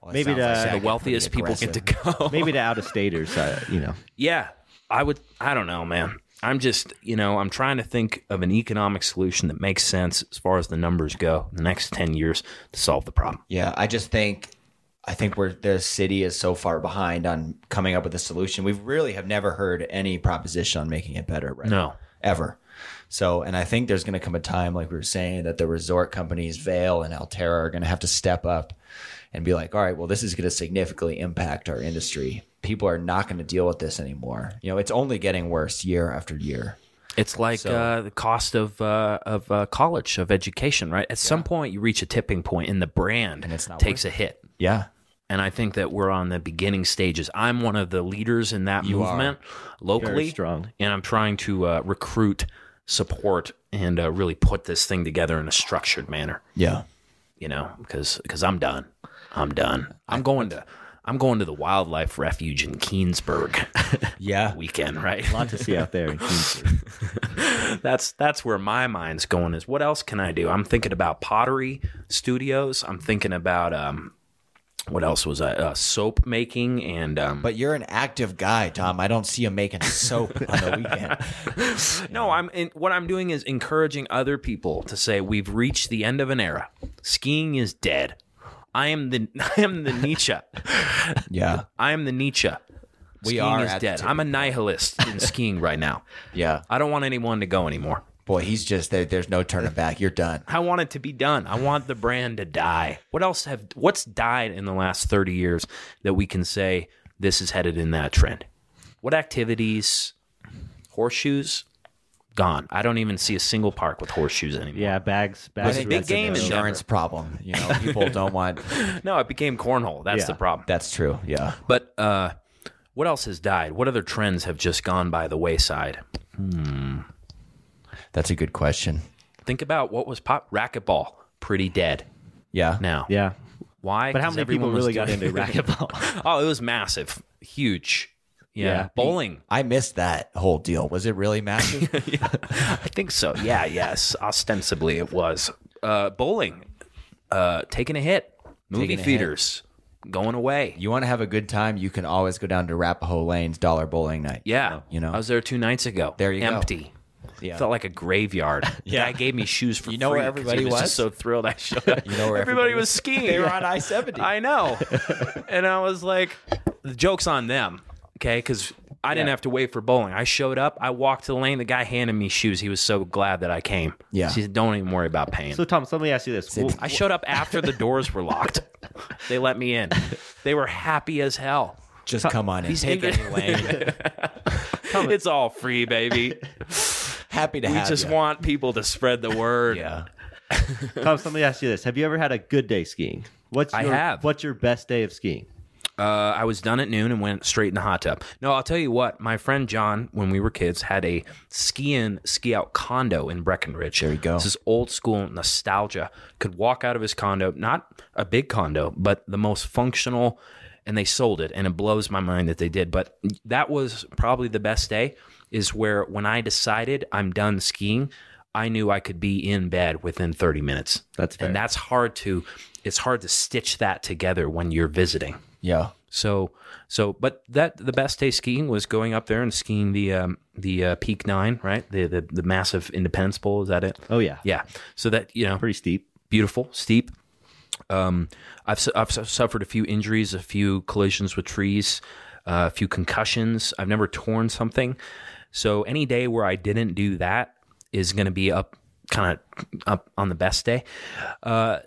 [SPEAKER 3] well, that
[SPEAKER 4] Maybe
[SPEAKER 3] sounds
[SPEAKER 4] the-
[SPEAKER 3] sounding
[SPEAKER 1] The
[SPEAKER 3] pretty
[SPEAKER 1] wealthiest people get to
[SPEAKER 3] aggressive.
[SPEAKER 1] go.
[SPEAKER 4] Maybe to out of staters, uh, you know.
[SPEAKER 1] Yeah, I would. I don't know, man. I'm just, you know, I'm trying to think of an economic solution that makes sense as far as the numbers go in the next 10 years to solve the problem.
[SPEAKER 3] Yeah, I just think I think we're the city is so far behind on coming up with a solution. We really have never heard any proposition on making it better, right?
[SPEAKER 1] No.
[SPEAKER 3] Ever. So and I think there's gonna come a time, like we were saying, that the resort companies Vail and Altera are gonna have to step up and be like, all right, well, this is gonna significantly impact our industry. People are not gonna deal with this anymore. You know, it's only getting worse year after year.
[SPEAKER 1] It's like uh, the cost of uh, of uh, college of education, right? At some point, you reach a tipping point, and the brand
[SPEAKER 3] it's not
[SPEAKER 1] takes a hit.
[SPEAKER 3] Yeah.
[SPEAKER 1] And I think that we're on the beginning stages. I'm one of the leaders in that movement locally,
[SPEAKER 4] Very strong.
[SPEAKER 1] and I'm trying to uh, recruit support and uh, really put this thing together in a structured manner.
[SPEAKER 3] Yeah.
[SPEAKER 1] You know, because I'm done. I'm done. I'm going to I'm going to the wildlife refuge in Keensburg
[SPEAKER 3] Yeah.
[SPEAKER 1] weekend, right?
[SPEAKER 4] lot to see out there. in Queens.
[SPEAKER 1] that's that's where my mind's going is what else can I do? I'm thinking about pottery studios. I'm thinking about um what else was I uh, soap making and um
[SPEAKER 3] But you're an active guy, Tom. I don't see him making soap on the weekend.
[SPEAKER 1] no, I'm in, what I'm doing is encouraging other people to say we've reached the end of an era. Skiing is dead. I am the I am the Nietzsche.
[SPEAKER 3] Yeah.
[SPEAKER 1] I am the Nietzsche.
[SPEAKER 3] We
[SPEAKER 1] skiing
[SPEAKER 3] are
[SPEAKER 1] is
[SPEAKER 3] at the
[SPEAKER 1] dead. I'm a nihilist in skiing right now.
[SPEAKER 3] Yeah.
[SPEAKER 1] I don't want anyone to go anymore.
[SPEAKER 3] Boy, he's just there. There's no turning back. You're done.
[SPEAKER 1] I want it to be done. I want the brand to die. What else have what's died in the last 30 years that we can say this is headed in that trend? What activities? Horseshoes gone. I don't even see a single park with horseshoes anymore.
[SPEAKER 4] yeah, bags. bags
[SPEAKER 1] think
[SPEAKER 4] are
[SPEAKER 1] big
[SPEAKER 4] at the
[SPEAKER 1] game
[SPEAKER 4] end.
[SPEAKER 1] in is-
[SPEAKER 3] insurance problem. You know, people don't want.
[SPEAKER 1] No, it became cornhole. That's
[SPEAKER 4] Yeah.
[SPEAKER 1] the problem.
[SPEAKER 3] That's true. Yeah.
[SPEAKER 1] But uh what else has died? What other trends have just gone by the wayside?
[SPEAKER 3] That's a good question.
[SPEAKER 1] Think about what was pop racquetball pretty dead
[SPEAKER 3] Yeah.
[SPEAKER 1] now.
[SPEAKER 4] Yeah,
[SPEAKER 1] Why?
[SPEAKER 4] but how
[SPEAKER 1] 'Cause
[SPEAKER 4] many people
[SPEAKER 1] everyone was
[SPEAKER 4] really got
[SPEAKER 1] doing-
[SPEAKER 4] into racquetball?
[SPEAKER 1] Oh, it was massive, huge. Yeah,
[SPEAKER 4] Yeah.
[SPEAKER 1] bowling.
[SPEAKER 3] I missed that whole deal. Was it really massive?
[SPEAKER 1] I think so. Yeah, yes. Ostensibly, it was uh, bowling, uh, taking a hit, movie
[SPEAKER 3] Taking a
[SPEAKER 1] theaters going away.
[SPEAKER 3] you want to have a good time? You can always go down to Rapahoe Lane's Dollar Bowling Night.
[SPEAKER 1] Yeah,
[SPEAKER 3] You know.
[SPEAKER 1] I was there two nights ago.
[SPEAKER 3] There you go.
[SPEAKER 1] empty.
[SPEAKER 3] Yeah.
[SPEAKER 1] Felt like a graveyard.
[SPEAKER 3] Yeah.
[SPEAKER 1] Yeah, guy gave me shoes for
[SPEAKER 3] You know where
[SPEAKER 1] free 'cause
[SPEAKER 3] everybody
[SPEAKER 1] he was.
[SPEAKER 3] was?
[SPEAKER 1] Just so thrilled I showed up.
[SPEAKER 3] know where
[SPEAKER 1] everybody
[SPEAKER 3] everybody
[SPEAKER 1] was skiing. they were on
[SPEAKER 3] I seventy.
[SPEAKER 1] I know. and I was like, the joke's on them. Okay. Cause I didn't have to wait for bowling. I showed up. I walked to the lane. The guy handed me shoes. He was so glad that I came.
[SPEAKER 3] Yeah.
[SPEAKER 1] She said, don't even worry about paying.
[SPEAKER 4] so Thomas, let me ask you this: Well,
[SPEAKER 1] I showed up after the doors were locked. They let me in. They were happy as hell.
[SPEAKER 3] Just come on in.
[SPEAKER 1] These
[SPEAKER 3] Take
[SPEAKER 1] English-
[SPEAKER 3] any lane.
[SPEAKER 1] It's all free, baby.
[SPEAKER 3] Happy to
[SPEAKER 1] We
[SPEAKER 3] have
[SPEAKER 1] just
[SPEAKER 3] you.
[SPEAKER 1] want people to spread the word.
[SPEAKER 3] Yeah.
[SPEAKER 4] Thomas, let me ask you this: Have you ever had a good day skiing? What's
[SPEAKER 1] I
[SPEAKER 4] your,
[SPEAKER 1] have.
[SPEAKER 4] What's your best day of skiing?
[SPEAKER 1] Uh, I was done at noon and went straight in the hot tub. No, I'll tell you what. My friend John, when we were kids, had a ski in, ski out condo in Breckenridge. There
[SPEAKER 3] you go.
[SPEAKER 1] This is old school nostalgia. Could walk out of his condo, not a big condo, but the most functional. And they sold it, and it blows my mind that they did. But that was probably the best day. Is where when I decided I'm done skiing, I knew I could be in bed within 30 minutes.
[SPEAKER 4] That's fair.
[SPEAKER 1] and that's hard to. It's hard to stitch that together when you're visiting.
[SPEAKER 3] Yeah.
[SPEAKER 1] So, so, but that the best day skiing was going up there and skiing the um, the uh, Peak Nine, right? The, the the massive Independence Bowl. Is that it?
[SPEAKER 4] Oh yeah,
[SPEAKER 1] Yeah. So that you know,
[SPEAKER 4] pretty steep.
[SPEAKER 1] beautiful, steep. Um, I've su- I've su- suffered a few injuries, a few collisions with trees, uh, a few concussions. I've never torn something. So any day where I didn't do that is going to be up, kind of up on the best day Uh,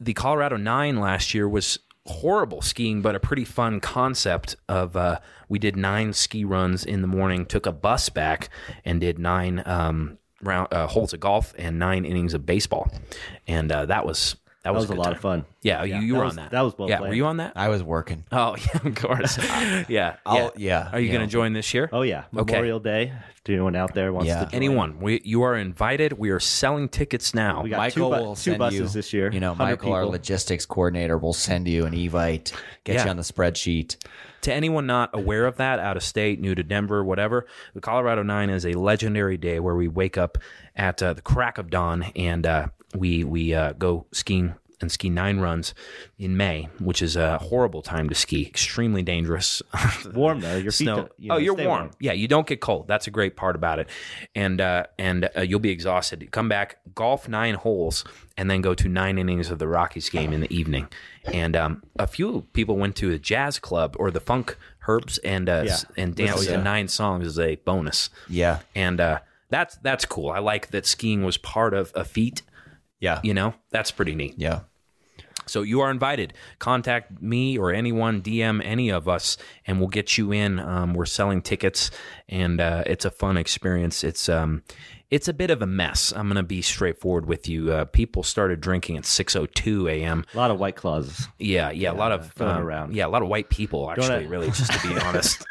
[SPEAKER 1] the Colorado Nine last year was horrible skiing, but a pretty fun concept of uh, we did nine ski runs in the morning, took a bus back, and did nine um, round uh, holes of golf and nine innings of baseball, and uh, that was that
[SPEAKER 4] That
[SPEAKER 1] was,
[SPEAKER 4] was a
[SPEAKER 1] good
[SPEAKER 4] lot
[SPEAKER 1] time.
[SPEAKER 4] of fun.
[SPEAKER 1] Yeah, you, you were
[SPEAKER 4] was-
[SPEAKER 1] on that.
[SPEAKER 4] that was well
[SPEAKER 1] yeah. Were
[SPEAKER 4] planned.
[SPEAKER 1] you on that?
[SPEAKER 3] I was working.
[SPEAKER 1] Oh yeah, of course. yeah,
[SPEAKER 3] I'll- yeah,
[SPEAKER 1] Are you
[SPEAKER 3] yeah.
[SPEAKER 1] going to join this year?
[SPEAKER 4] Oh yeah,
[SPEAKER 1] Okay.
[SPEAKER 4] Memorial Day. If anyone out there wants
[SPEAKER 3] Yeah.
[SPEAKER 4] to join.
[SPEAKER 1] Anyone, we, you are invited. We are selling tickets now.
[SPEAKER 4] We got
[SPEAKER 3] Michael
[SPEAKER 4] two, bu-
[SPEAKER 3] will
[SPEAKER 4] two
[SPEAKER 3] send
[SPEAKER 4] buses
[SPEAKER 3] you,
[SPEAKER 4] this year.
[SPEAKER 3] You know,
[SPEAKER 4] 100
[SPEAKER 3] Michael, our
[SPEAKER 4] people.
[SPEAKER 3] logistics coordinator, will send you an evite, get
[SPEAKER 1] Yeah.
[SPEAKER 3] you on the spreadsheet.
[SPEAKER 1] to anyone not aware of that, out of state, new to Denver, whatever, the Colorado Nine is a legendary day where we wake up at uh, the crack of dawn and uh, we we uh, go skiing and ski nine runs in May, which is a horrible time to ski. Extremely dangerous.
[SPEAKER 4] Warm though. Your feet.
[SPEAKER 1] snow.
[SPEAKER 4] don't- you know,
[SPEAKER 1] oh, you're
[SPEAKER 4] stay
[SPEAKER 1] warm. Yeah, you don't get cold. That's a great part about it, and uh, and uh, you'll be exhausted. Come back, golf nine holes, and then go to nine innings of the Rockies game in the evening. And um, a few people went to a jazz club or the funk herbs and uh, s- and danced to nine songs as a bonus.
[SPEAKER 3] Yeah.
[SPEAKER 1] and uh, that's that's cool. I like that skiing was part of a feat.
[SPEAKER 3] Yeah.
[SPEAKER 1] You know, that's pretty neat.
[SPEAKER 3] Yeah.
[SPEAKER 1] So you are invited. Contact me or anyone, DM any of us, and we'll get you in. Um, we're selling tickets, and uh, it's a fun experience. It's um, it's a bit of a mess. I'm gonna be straightforward with you. Uh, people started drinking at 6:02 a.m.
[SPEAKER 4] A lot of white claws.
[SPEAKER 1] Yeah, yeah, a lot of
[SPEAKER 4] going
[SPEAKER 1] um,
[SPEAKER 4] around.
[SPEAKER 1] Yeah, a lot of white people actually.
[SPEAKER 4] I-
[SPEAKER 1] Really, just to be honest.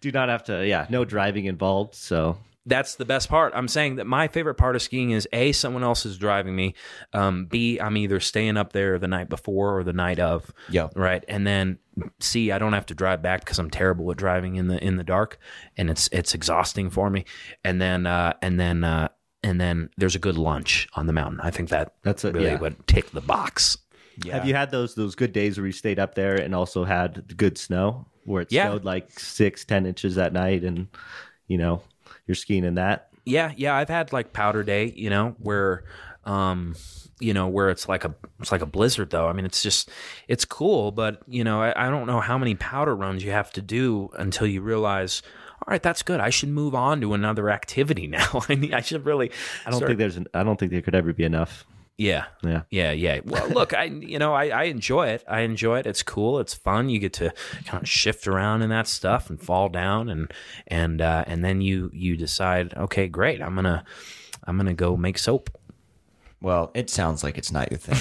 [SPEAKER 4] Do not have to. Yeah, no driving involved. So
[SPEAKER 1] that's the best part. I'm saying that my favorite part of skiing is a someone else is driving me, um, b I'm either staying up there the night before or the night of,
[SPEAKER 3] Yeah.
[SPEAKER 1] right, and then c I don't have to drive back because I'm terrible at driving in the in the dark, and it's it's exhausting for me, and then uh, and then uh, and then there's a good lunch on the mountain. I think that
[SPEAKER 4] That's it,
[SPEAKER 1] really
[SPEAKER 4] yeah.
[SPEAKER 1] would tick the box.
[SPEAKER 3] Yeah.
[SPEAKER 4] Have you had those those good days where you stayed up there and also had good snow where it
[SPEAKER 1] Yeah.
[SPEAKER 4] snowed like six, ten inches that night and you know, you're skiing in that?
[SPEAKER 1] yeah yeah i've had like powder day you know where um you know where it's like a it's like a blizzard though i mean it's just it's cool but you know i, I don't know how many powder runs you have to do until you realize all right that's good i should move on to another activity now i need i should really
[SPEAKER 4] I don't think there's an I don't think there could ever be enough.
[SPEAKER 1] yeah
[SPEAKER 4] Yeah.
[SPEAKER 1] yeah yeah well look i you know I, I enjoy it i enjoy it it's cool it's fun you get to kind of shift around and that stuff and fall down and and uh and then you you decide okay great i'm gonna i'm gonna go make soap
[SPEAKER 3] Well, it sounds like it's not your thing.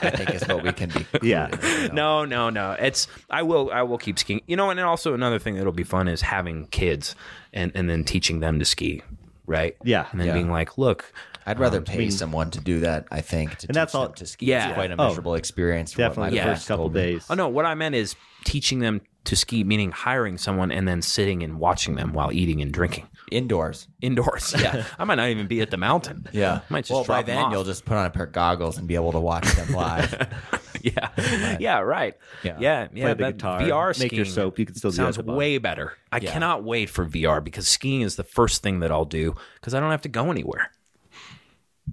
[SPEAKER 3] I think it's what we can be.
[SPEAKER 4] Yeah.
[SPEAKER 1] No, no, no. It's I will I will keep skiing. You know, and then also another thing that'll be fun is having kids and and then teaching them to ski, right?
[SPEAKER 4] Yeah.
[SPEAKER 1] And then
[SPEAKER 3] Yeah.
[SPEAKER 1] being like, look,
[SPEAKER 3] I'd rather
[SPEAKER 1] Um,
[SPEAKER 3] pay someone to do that. I think to
[SPEAKER 4] And that's
[SPEAKER 3] teach
[SPEAKER 4] all-
[SPEAKER 3] them to ski.
[SPEAKER 1] Yeah.
[SPEAKER 3] It's quite a
[SPEAKER 4] Oh,
[SPEAKER 3] miserable experience. from what
[SPEAKER 4] Definitely the
[SPEAKER 3] my
[SPEAKER 1] Yeah.
[SPEAKER 4] first
[SPEAKER 3] parents told
[SPEAKER 4] couple
[SPEAKER 3] me.
[SPEAKER 4] days.
[SPEAKER 1] oh no, what I meant is teaching them to ski, meaning hiring someone and then sitting and watching them while eating and drinking
[SPEAKER 3] Indoors.
[SPEAKER 1] indoors. Yeah, I might not even be at the mountain.
[SPEAKER 3] Yeah.
[SPEAKER 1] I might just
[SPEAKER 3] well, by
[SPEAKER 1] drop 'em
[SPEAKER 3] then
[SPEAKER 1] off.
[SPEAKER 3] you'll just put on a pair of goggles and be able to watch them live.
[SPEAKER 1] yeah, yeah, right. Yeah,
[SPEAKER 3] Yeah.
[SPEAKER 1] yeah,
[SPEAKER 4] Play the
[SPEAKER 1] that
[SPEAKER 4] guitar,
[SPEAKER 1] VR skiing
[SPEAKER 4] make your soap, you can still do that
[SPEAKER 1] sounds
[SPEAKER 4] at the bottom.
[SPEAKER 1] way better. I cannot wait for VR because skiing is the first thing that I'll do because I don't have to go anywhere.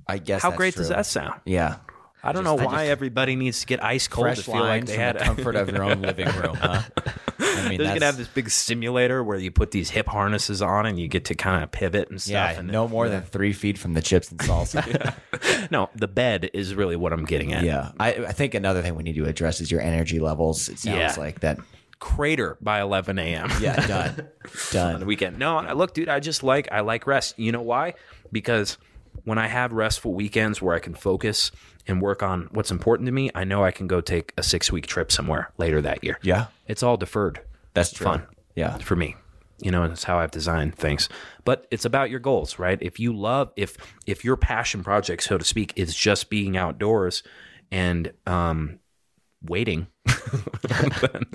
[SPEAKER 3] I guess.
[SPEAKER 1] How
[SPEAKER 3] that's
[SPEAKER 1] great does
[SPEAKER 3] true.
[SPEAKER 1] that sound?
[SPEAKER 3] Yeah.
[SPEAKER 1] I don't know why everybody needs to get ice cold to
[SPEAKER 3] Fresh
[SPEAKER 1] feel like
[SPEAKER 3] lines
[SPEAKER 1] they
[SPEAKER 3] from
[SPEAKER 1] had.
[SPEAKER 3] the comfort of your own living room, huh? I mean,
[SPEAKER 1] They're
[SPEAKER 3] that's,
[SPEAKER 1] gonna have this big simulator where you put these hip harnesses on and you get to kind of pivot and stuff.
[SPEAKER 3] yeah,
[SPEAKER 1] and
[SPEAKER 3] no more than three feet from the chips and salsa.
[SPEAKER 1] no, the bed is really what I'm getting at.
[SPEAKER 3] Yeah, I, I think another thing we need to address is your energy levels. It sounds
[SPEAKER 1] Yeah.
[SPEAKER 3] like that.
[SPEAKER 1] Crater by 11 a.m.
[SPEAKER 3] Yeah, done,
[SPEAKER 1] on the
[SPEAKER 3] done.
[SPEAKER 1] weekend. No, I- look, dude, I just like I like rest. You know why? Because when I have restful weekends where I can focus and work on what's important to me, I know I can go take a six week trip somewhere later that year.
[SPEAKER 3] Yeah,
[SPEAKER 1] It's all deferred.
[SPEAKER 3] that's true.
[SPEAKER 1] Fun.
[SPEAKER 3] Yeah,
[SPEAKER 1] for me you know and it's how i've designed things but it's about your goals right if you love if if your passion project so to speak is just being outdoors and um waiting then,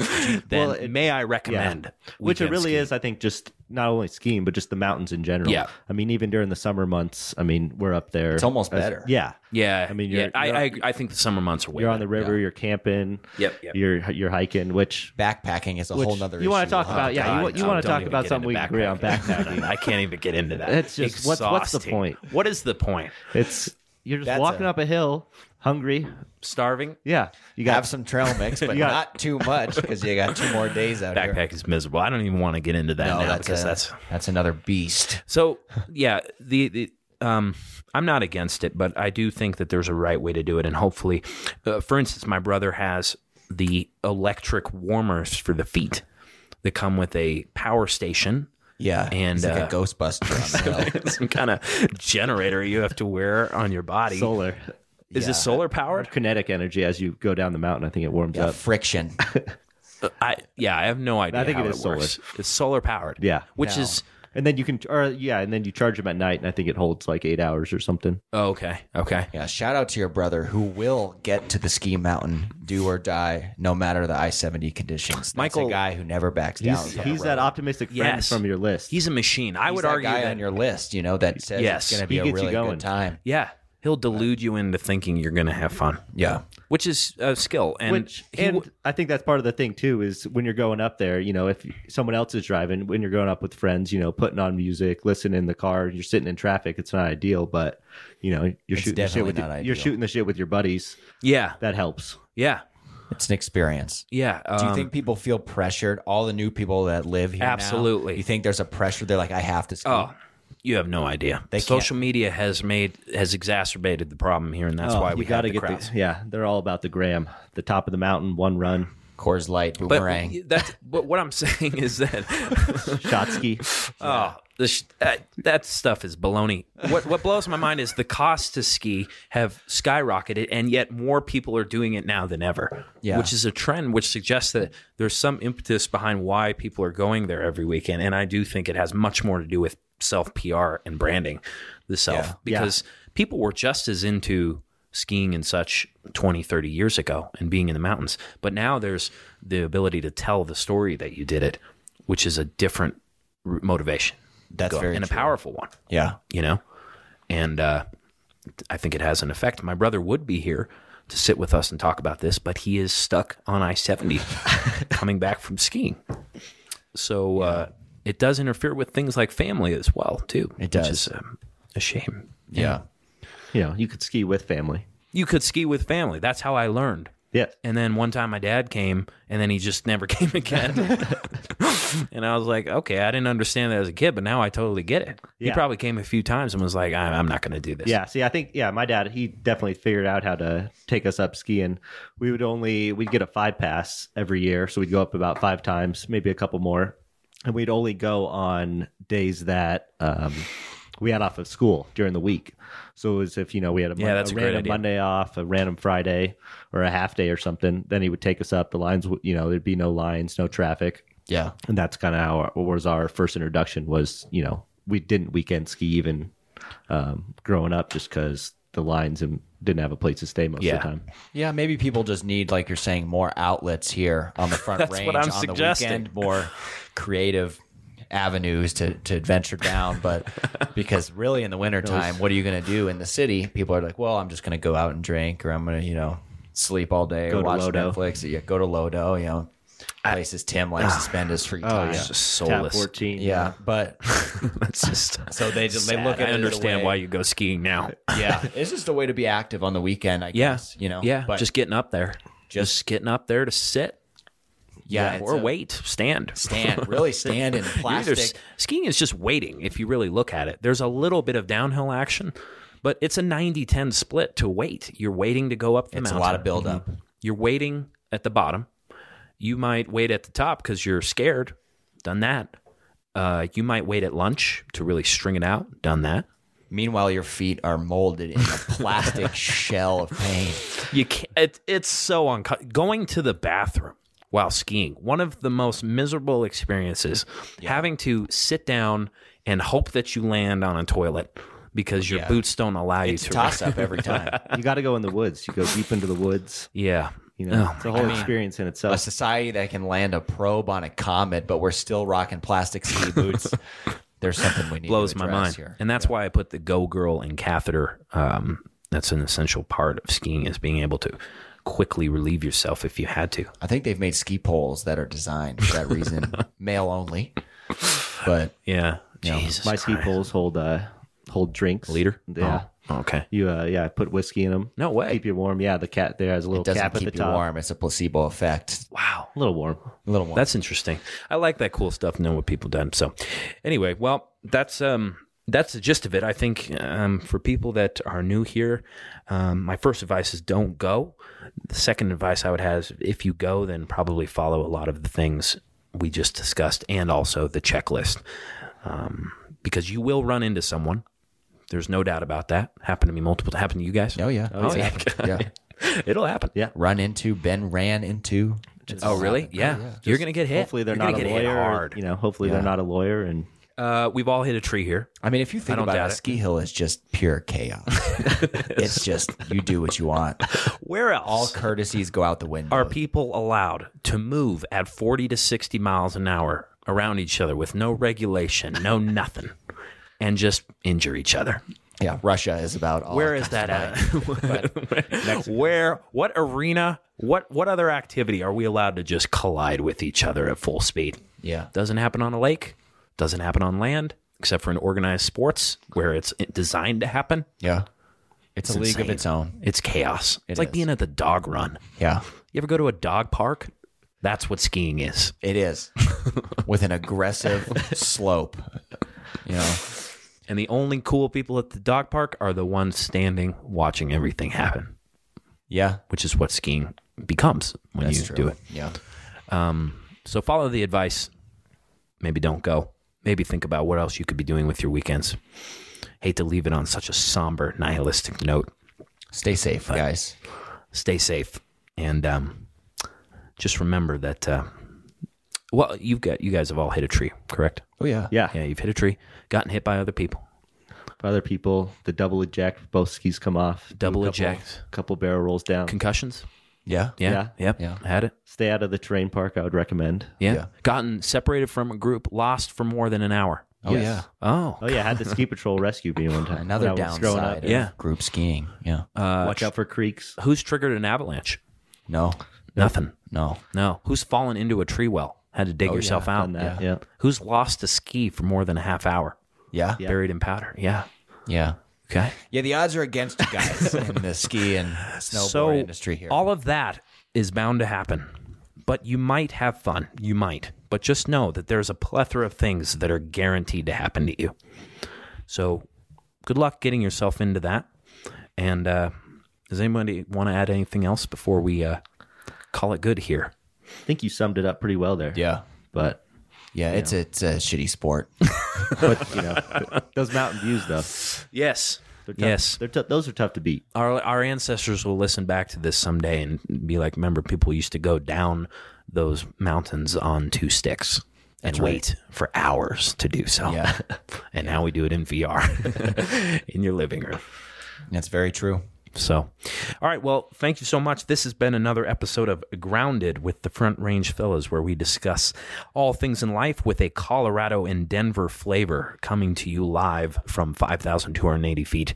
[SPEAKER 1] then
[SPEAKER 4] Well, it-
[SPEAKER 1] may i
[SPEAKER 4] Yeah.
[SPEAKER 1] recommend
[SPEAKER 4] Which it
[SPEAKER 1] weekend
[SPEAKER 4] really
[SPEAKER 1] skiing.
[SPEAKER 4] is, I think, just not only skiing, but just the mountains in general.
[SPEAKER 1] Yeah.
[SPEAKER 4] I mean, even during the summer months, I mean, we're up there. It's
[SPEAKER 3] almost better.
[SPEAKER 4] Yeah.
[SPEAKER 1] yeah
[SPEAKER 4] I mean,
[SPEAKER 1] yeah,
[SPEAKER 4] you're-
[SPEAKER 1] I,
[SPEAKER 4] you're-
[SPEAKER 1] I I think the summer months are way
[SPEAKER 4] You're on
[SPEAKER 1] better.
[SPEAKER 4] the river, you're camping,
[SPEAKER 1] Yep, yep.
[SPEAKER 4] you're you're hiking, which
[SPEAKER 3] backpacking is a whole
[SPEAKER 4] Which
[SPEAKER 3] nother.
[SPEAKER 4] you wanna
[SPEAKER 3] issue,
[SPEAKER 4] talk
[SPEAKER 3] huh?
[SPEAKER 4] about- yeah, you want- you wanna
[SPEAKER 1] don't
[SPEAKER 4] talk
[SPEAKER 1] even
[SPEAKER 4] about
[SPEAKER 1] get
[SPEAKER 4] something
[SPEAKER 1] into
[SPEAKER 4] we can agree on,
[SPEAKER 1] backpacking. i can't even get into that
[SPEAKER 4] It's just- what's- what's the
[SPEAKER 1] Exhausting.
[SPEAKER 4] point?
[SPEAKER 1] what is the point
[SPEAKER 4] it's you're just
[SPEAKER 3] That's
[SPEAKER 4] walking
[SPEAKER 3] a-
[SPEAKER 4] up a hill, hungry.
[SPEAKER 1] starving
[SPEAKER 4] Yeah, you got
[SPEAKER 3] Have some trail mix, but
[SPEAKER 4] got-
[SPEAKER 3] not too much because you got two more days out here.
[SPEAKER 1] backpack is miserable i don't even want to get into that
[SPEAKER 3] No,
[SPEAKER 1] now
[SPEAKER 3] that's,
[SPEAKER 1] because
[SPEAKER 3] a-
[SPEAKER 1] that's
[SPEAKER 3] that's another beast.
[SPEAKER 1] So yeah, the, the um, I'm not against it, but I do think that there's a right way to do it, and hopefully, uh, for instance, my brother has the electric warmers for the feet that come with a power station
[SPEAKER 3] Yeah,
[SPEAKER 1] And,
[SPEAKER 3] it's like
[SPEAKER 1] uh,
[SPEAKER 3] a Ghostbuster on the hill.
[SPEAKER 1] some kind of generator you have to wear on your body
[SPEAKER 4] solar
[SPEAKER 1] is
[SPEAKER 3] yeah.
[SPEAKER 1] this solar powered
[SPEAKER 4] kinetic energy as you go down the mountain. I think it warms
[SPEAKER 3] Yeah,
[SPEAKER 4] up.
[SPEAKER 3] friction.
[SPEAKER 1] i yeah i have no idea
[SPEAKER 4] I think
[SPEAKER 1] how
[SPEAKER 4] it is solar.
[SPEAKER 1] works. it's solar powered
[SPEAKER 4] Yeah.
[SPEAKER 1] which
[SPEAKER 3] No.
[SPEAKER 1] is
[SPEAKER 4] And then you can, or yeah, and then you charge them at night, and I think it holds like eight hours or something.
[SPEAKER 1] oh, okay okay
[SPEAKER 3] Yeah, shout out to your brother who will get to the ski mountain, do or die, no matter the I seventy conditions. That's
[SPEAKER 1] Michael-
[SPEAKER 3] a guy who never backs down.
[SPEAKER 4] He's,
[SPEAKER 3] from
[SPEAKER 4] he's
[SPEAKER 3] the
[SPEAKER 4] that
[SPEAKER 3] road.
[SPEAKER 4] optimistic friend
[SPEAKER 1] Yes.
[SPEAKER 4] from your list.
[SPEAKER 1] he's a machine i
[SPEAKER 3] He's
[SPEAKER 1] would
[SPEAKER 3] that
[SPEAKER 1] argue
[SPEAKER 3] guy
[SPEAKER 1] that
[SPEAKER 3] on your list, you know, that says
[SPEAKER 1] Yes.
[SPEAKER 3] it's going to
[SPEAKER 4] He
[SPEAKER 3] be a
[SPEAKER 4] gets you
[SPEAKER 3] really
[SPEAKER 4] going.
[SPEAKER 3] good time.
[SPEAKER 1] yeah He'll delude you into thinking you're going to have fun,
[SPEAKER 3] Yeah.
[SPEAKER 1] which is a skill. And
[SPEAKER 4] Which
[SPEAKER 1] he
[SPEAKER 4] and
[SPEAKER 1] w-
[SPEAKER 4] I think that's part of the thing too is when you're going up there, you know, if someone else is driving, when you're going up with friends, you know, putting on music, listening in the car, you're sitting in traffic, it's not ideal, but you know, you're shooting the shit
[SPEAKER 3] definitely
[SPEAKER 4] with
[SPEAKER 3] not
[SPEAKER 4] your-
[SPEAKER 3] ideal.
[SPEAKER 4] you're shooting the shit with your buddies.
[SPEAKER 1] yeah,
[SPEAKER 4] That helps.
[SPEAKER 1] yeah,
[SPEAKER 3] It's an experience.
[SPEAKER 1] yeah.
[SPEAKER 3] Do you
[SPEAKER 1] um,
[SPEAKER 3] think people feel pressured? All the new people that live here, now,
[SPEAKER 1] Absolutely.
[SPEAKER 3] you think there's a pressure? They're like, I have to. Ski.
[SPEAKER 1] Oh, you have no idea.
[SPEAKER 3] They
[SPEAKER 1] Social media has made has exacerbated the problem here, and that's
[SPEAKER 4] Oh,
[SPEAKER 1] why
[SPEAKER 4] you
[SPEAKER 1] we got
[SPEAKER 4] gotta
[SPEAKER 1] to
[SPEAKER 4] get
[SPEAKER 1] crowds.
[SPEAKER 4] the yeah. They're all about the gram, the top of the mountain, one run,
[SPEAKER 3] Coors Light,
[SPEAKER 1] but
[SPEAKER 3] boomerang.
[SPEAKER 1] that's but what I'm saying is that
[SPEAKER 4] shot ski.
[SPEAKER 1] Oh, the sh- that, that stuff is baloney. What what blows my mind is the cost to ski have skyrocketed, and yet more people are doing it now than ever.
[SPEAKER 3] Yeah.
[SPEAKER 1] which is a trend which suggests that there's some impetus behind why people are going there every weekend. And I do think it has much more to do with self PR and branding the self because people were just as into skiing and such 20 30 years ago and being in the mountains but now there's the ability to tell the story that you did it which is a different r- motivation
[SPEAKER 3] That's
[SPEAKER 1] Go-
[SPEAKER 3] very
[SPEAKER 1] and a
[SPEAKER 3] true.
[SPEAKER 1] powerful one
[SPEAKER 3] yeah.
[SPEAKER 1] you know and uh, i think it has an effect my brother would be here to sit with us and talk about this but he is stuck on i-70 coming back from skiing so uh, it does interfere with things like family as well too it
[SPEAKER 3] does.
[SPEAKER 1] which is um, a shame
[SPEAKER 3] Yeah.
[SPEAKER 4] You know, you could ski with family.
[SPEAKER 1] you could ski with family that's how i learned
[SPEAKER 4] Yeah.
[SPEAKER 1] and then one time my dad came and then he just never came again. and I was like, okay, I didn't understand that as a kid, but now I totally get it. He
[SPEAKER 4] Yeah.
[SPEAKER 1] probably came a few times and was like, I- I'm not going to do this.
[SPEAKER 4] Yeah, see, I think yeah, my dad he definitely figured out how to take us up skiing. We would only we'd get a five pass every year, so we'd go up about five times, maybe a couple more, and we'd only go on days that um, we had off of school during the week. So it was if you know we had a, mon-
[SPEAKER 1] Yeah, that's a great
[SPEAKER 4] random
[SPEAKER 1] idea.
[SPEAKER 4] Monday off, a random Friday, or a half day or something, then he would take us up. The lines, would- you know, there'd be no lines, no traffic
[SPEAKER 3] Yeah.
[SPEAKER 4] and that's kind of how our, what was our first introduction was you know we didn't weekend ski even um, growing up just because the lines and didn't have a place to stay most
[SPEAKER 1] Yeah.
[SPEAKER 4] of the time
[SPEAKER 3] Yeah, maybe people just need, like you're saying, more outlets here on the front
[SPEAKER 1] That's
[SPEAKER 3] range
[SPEAKER 1] what I'm
[SPEAKER 3] on
[SPEAKER 1] suggesting.
[SPEAKER 3] the weekend, more creative avenues to, to adventure down. But because really in the wintertime, what are you going to do in the city? People are like, well, I'm just going to go out and drink or I'm going to, you know, sleep all day
[SPEAKER 4] Go
[SPEAKER 3] or
[SPEAKER 4] to
[SPEAKER 3] watch
[SPEAKER 4] Lodo.
[SPEAKER 3] Netflix. Yeah, go to Lodo, you know, places Tim likes
[SPEAKER 1] Ah,
[SPEAKER 3] to spend his free time.
[SPEAKER 1] It's just
[SPEAKER 4] Tap
[SPEAKER 1] soulless.
[SPEAKER 4] 14
[SPEAKER 3] yeah, but
[SPEAKER 1] That's just
[SPEAKER 3] so they just they
[SPEAKER 1] sad.
[SPEAKER 3] look
[SPEAKER 1] I
[SPEAKER 3] at it as a
[SPEAKER 1] understand
[SPEAKER 3] way-
[SPEAKER 1] why you go skiing now.
[SPEAKER 3] yeah, it's just a way to be active on the weekend. I
[SPEAKER 1] Yeah.
[SPEAKER 3] guess you know.
[SPEAKER 1] Yeah.
[SPEAKER 3] but
[SPEAKER 1] just getting up there. Just, getting up there to sit.
[SPEAKER 3] yeah, it's
[SPEAKER 1] Or
[SPEAKER 3] a-
[SPEAKER 1] wait. Stand.
[SPEAKER 3] stand really stand in
[SPEAKER 1] You're either
[SPEAKER 3] plastic.
[SPEAKER 1] s- skiing is just waiting if you really look at it. There's a little bit of downhill action, but it's a 90 10 split to wait. You're waiting to go up the
[SPEAKER 3] It's a
[SPEAKER 1] mountain.
[SPEAKER 3] lot of buildup.
[SPEAKER 1] You're waiting at the bottom. You might wait at the top because you're scared. Done that. Uh, you might wait at lunch to really string it out. Done that.
[SPEAKER 3] Meanwhile, your feet are molded in a plastic shell of pain.
[SPEAKER 1] You can't. It, it's so uncomfortable. Going to the bathroom while skiing, one of the most miserable experiences. Having to sit down and hope that you land on a toilet because your boots don't allow you
[SPEAKER 3] It's a
[SPEAKER 1] to.
[SPEAKER 3] toss up every time.
[SPEAKER 4] you got to go in the woods you go deep into the woods
[SPEAKER 1] Yeah.
[SPEAKER 4] you know
[SPEAKER 1] Oh,
[SPEAKER 4] it's a whole experience in
[SPEAKER 3] A
[SPEAKER 4] itself
[SPEAKER 3] society that can land a probe on a comet, but we're still rocking plastic ski boots. There's something we need.
[SPEAKER 1] blows
[SPEAKER 3] to
[SPEAKER 1] my
[SPEAKER 3] address
[SPEAKER 1] mind.
[SPEAKER 3] Here.
[SPEAKER 1] And that's why I put the Go Girl and catheter. Um, that's an essential part of skiing is being able to quickly relieve yourself if you had to.
[SPEAKER 3] I think they've made ski poles that are designed for that reason, male only. But
[SPEAKER 1] Yeah. Jesus.
[SPEAKER 4] my ski
[SPEAKER 1] Christ.
[SPEAKER 4] poles hold uh hold drinks
[SPEAKER 1] Leader?
[SPEAKER 4] yeah
[SPEAKER 1] Oh, okay.
[SPEAKER 4] you uh yeah put whiskey in them
[SPEAKER 1] No way.
[SPEAKER 4] keep you warm yeah the cat there has a little
[SPEAKER 3] it doesn't
[SPEAKER 4] cap at the
[SPEAKER 3] keep you
[SPEAKER 4] top
[SPEAKER 3] warm. It's a placebo effect.
[SPEAKER 1] Wow.
[SPEAKER 4] a little warm
[SPEAKER 3] A little warm.
[SPEAKER 1] That's interesting. I like that cool stuff. Know what people done. So, anyway, well, that's um, that's the gist of it. I think um, for people that are new here, um, my first advice is don't go. The second advice I would have is if you go, then probably follow a lot of the things we just discussed and also the checklist, um, because you will run into someone. There's no doubt about that. Happened to me multiple. Happened to you guys.
[SPEAKER 3] oh yeah.
[SPEAKER 1] Oh, yeah.
[SPEAKER 3] yeah.
[SPEAKER 1] It'll happen.
[SPEAKER 4] Yeah.
[SPEAKER 3] Run into Ben ran into.
[SPEAKER 1] Oh really? Yeah. You're gonna get hit.
[SPEAKER 4] hopefully they're
[SPEAKER 1] You're
[SPEAKER 4] not
[SPEAKER 1] gonna
[SPEAKER 4] a
[SPEAKER 1] get hit
[SPEAKER 4] lawyer
[SPEAKER 1] hard.
[SPEAKER 4] you know hopefully they're not a lawyer and
[SPEAKER 1] Uh, we've all hit a tree here.
[SPEAKER 3] I mean, if you think
[SPEAKER 1] don't
[SPEAKER 3] about
[SPEAKER 1] doubt
[SPEAKER 3] it,
[SPEAKER 1] it.
[SPEAKER 3] ski hill is just pure chaos. it's just you do what you want.
[SPEAKER 1] Where else?
[SPEAKER 3] All courtesies go out the window.
[SPEAKER 1] Are people allowed to move at 40 to 60 miles an hour around each other with no regulation, no nothing, and just injure each other?
[SPEAKER 3] Yeah, Russia is about all.
[SPEAKER 1] Where is that at? Where? What arena? What? What other activity are we allowed to just collide with each other at full speed?
[SPEAKER 3] Yeah.
[SPEAKER 1] Doesn't happen on a lake. Doesn't happen on land, except for in organized sports where it's designed to happen.
[SPEAKER 3] Yeah. It's, a league of
[SPEAKER 1] insane.
[SPEAKER 3] its own.
[SPEAKER 1] It's chaos. it's like
[SPEAKER 3] is.
[SPEAKER 1] being at the dog run.
[SPEAKER 3] Yeah.
[SPEAKER 1] You ever go to a dog park? That's what skiing is.
[SPEAKER 3] It is. With an aggressive slope. You know.
[SPEAKER 1] And the only cool people at the dog park are the ones standing watching everything happen,
[SPEAKER 3] Yeah.
[SPEAKER 1] which is what skiing becomes when
[SPEAKER 3] That's
[SPEAKER 1] you
[SPEAKER 3] true.
[SPEAKER 1] do it.
[SPEAKER 3] Yeah.
[SPEAKER 1] So follow the advice. Maybe don't go. Maybe think about what else you could be doing with your weekends. Hate to leave it on such a somber, nihilistic note.
[SPEAKER 3] Stay safe, guys.
[SPEAKER 1] Stay safe, and um, just remember that. Uh, well, you've got you guys have all hit a tree, correct?
[SPEAKER 3] Oh yeah.
[SPEAKER 4] Yeah.
[SPEAKER 1] Yeah, you've hit a tree, gotten hit by other people.
[SPEAKER 4] For other people, the double eject, both skis come off. Do a
[SPEAKER 1] Double
[SPEAKER 4] couple-
[SPEAKER 1] eject.
[SPEAKER 4] Couple barrel rolls down.
[SPEAKER 1] Concussions?
[SPEAKER 3] Yeah.
[SPEAKER 1] Yeah,
[SPEAKER 4] Yeah.
[SPEAKER 1] yep,
[SPEAKER 3] Yeah.
[SPEAKER 1] had it.
[SPEAKER 4] Stay out of the terrain park, I would recommend.
[SPEAKER 1] Yeah.
[SPEAKER 3] Yeah.
[SPEAKER 1] gotten separated from a group, lost for more than an hour.
[SPEAKER 3] Oh
[SPEAKER 4] Yes.
[SPEAKER 3] yeah.
[SPEAKER 1] Oh,
[SPEAKER 4] Oh, yeah. I had the ski patrol rescue me one time.
[SPEAKER 3] Another
[SPEAKER 4] when I was growing
[SPEAKER 3] downside
[SPEAKER 4] Up. Uh,
[SPEAKER 3] of
[SPEAKER 1] Yeah.
[SPEAKER 3] group skiing. Yeah.
[SPEAKER 4] Watch out for creeks.
[SPEAKER 1] who's triggered an avalanche?
[SPEAKER 3] no.
[SPEAKER 1] Nothing.
[SPEAKER 3] No.
[SPEAKER 1] No. Who's fallen into a tree well? Had to dig yourself out.
[SPEAKER 4] Done that. Yeah.
[SPEAKER 1] Who's lost a ski for more than a half hour?
[SPEAKER 3] Yeah. Yeah.
[SPEAKER 1] Buried in powder. Yeah.
[SPEAKER 3] Yeah.
[SPEAKER 1] Okay.
[SPEAKER 3] the odds are against you guys in the ski and snowboard
[SPEAKER 1] so
[SPEAKER 3] industry here.
[SPEAKER 1] all of that is bound to happen, but you might have fun. You might, but just know that there's a plethora of things that are guaranteed to happen to you. So, good luck getting yourself into that. And uh, does anybody want to add anything else before we uh, call it good here?
[SPEAKER 4] I think you summed it up pretty well there.
[SPEAKER 3] yeah.
[SPEAKER 4] But,
[SPEAKER 3] Yeah, it's a, it's a shitty sport.
[SPEAKER 4] but you know, those mountain views, though.
[SPEAKER 1] Yes.
[SPEAKER 4] They're tough.
[SPEAKER 1] Yes.
[SPEAKER 4] They're tou- those are tough to beat.
[SPEAKER 1] our our ancestors will listen back to this someday and be like, remember, people used to go down those mountains on two sticks and wait for hours to do so.
[SPEAKER 3] Yeah.
[SPEAKER 1] and now we do it in VR in your living room.
[SPEAKER 3] That's very true.
[SPEAKER 1] So, all right. Well, thank you so much. This has been another episode of Grounded with the Front Range Fellas, where we discuss all things in life with a Colorado and Denver flavor coming to you live from 5,280 feet.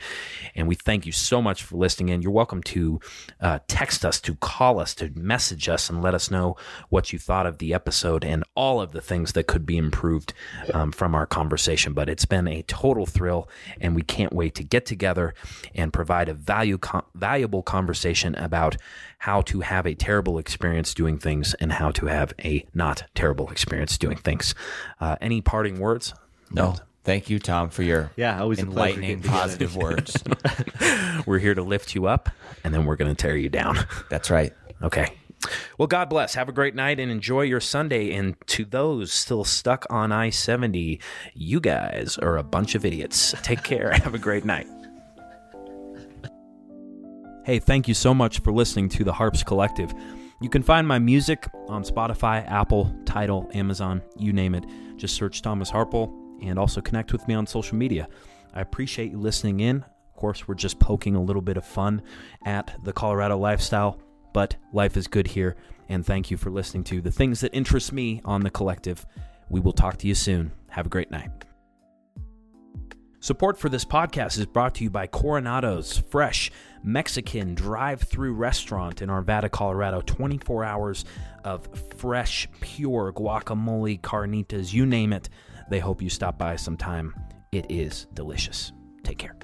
[SPEAKER 1] And we thank you so much for listening in. You're welcome to uh, text us, to call us, to message us, and let us know what you thought of the episode and all of the things that could be improved um, from our conversation. But it's been a total thrill, and we can't wait to get together and provide a value con- valuable conversation about how to have a terrible experience doing things and how to have a not terrible experience doing things. Uh, any parting words?
[SPEAKER 3] No. Thank you, Tom, for your
[SPEAKER 4] Yeah, always a pleasure
[SPEAKER 3] enlightening
[SPEAKER 4] getting together.
[SPEAKER 3] positive words.
[SPEAKER 1] We're here to lift you up, and then we're going to tear you down.
[SPEAKER 3] That's right.
[SPEAKER 1] Okay. Well, God bless. Have a great night and enjoy your Sunday. And to those still stuck on I 70, you guys are a bunch of idiots. Take care. Have a great night. Hey, thank you so much for listening to the Harps Collective. You can find my music on Spotify, Apple, Tidal, Amazon, you name it. Just search Thomas Harple and also connect with me on social media. I appreciate you listening in. Of course, we're just poking a little bit of fun at the Colorado lifestyle, but life is good here. And thank you for listening to the things that interest me on the collective. We will talk to you soon. Have a great night. Support for this podcast is brought to you by Coronado's fresh Mexican drive through restaurant in Arvada, Colorado. 24 hours of fresh, pure guacamole, carnitas, you name it. They hope you stop by sometime. It is delicious. Take care.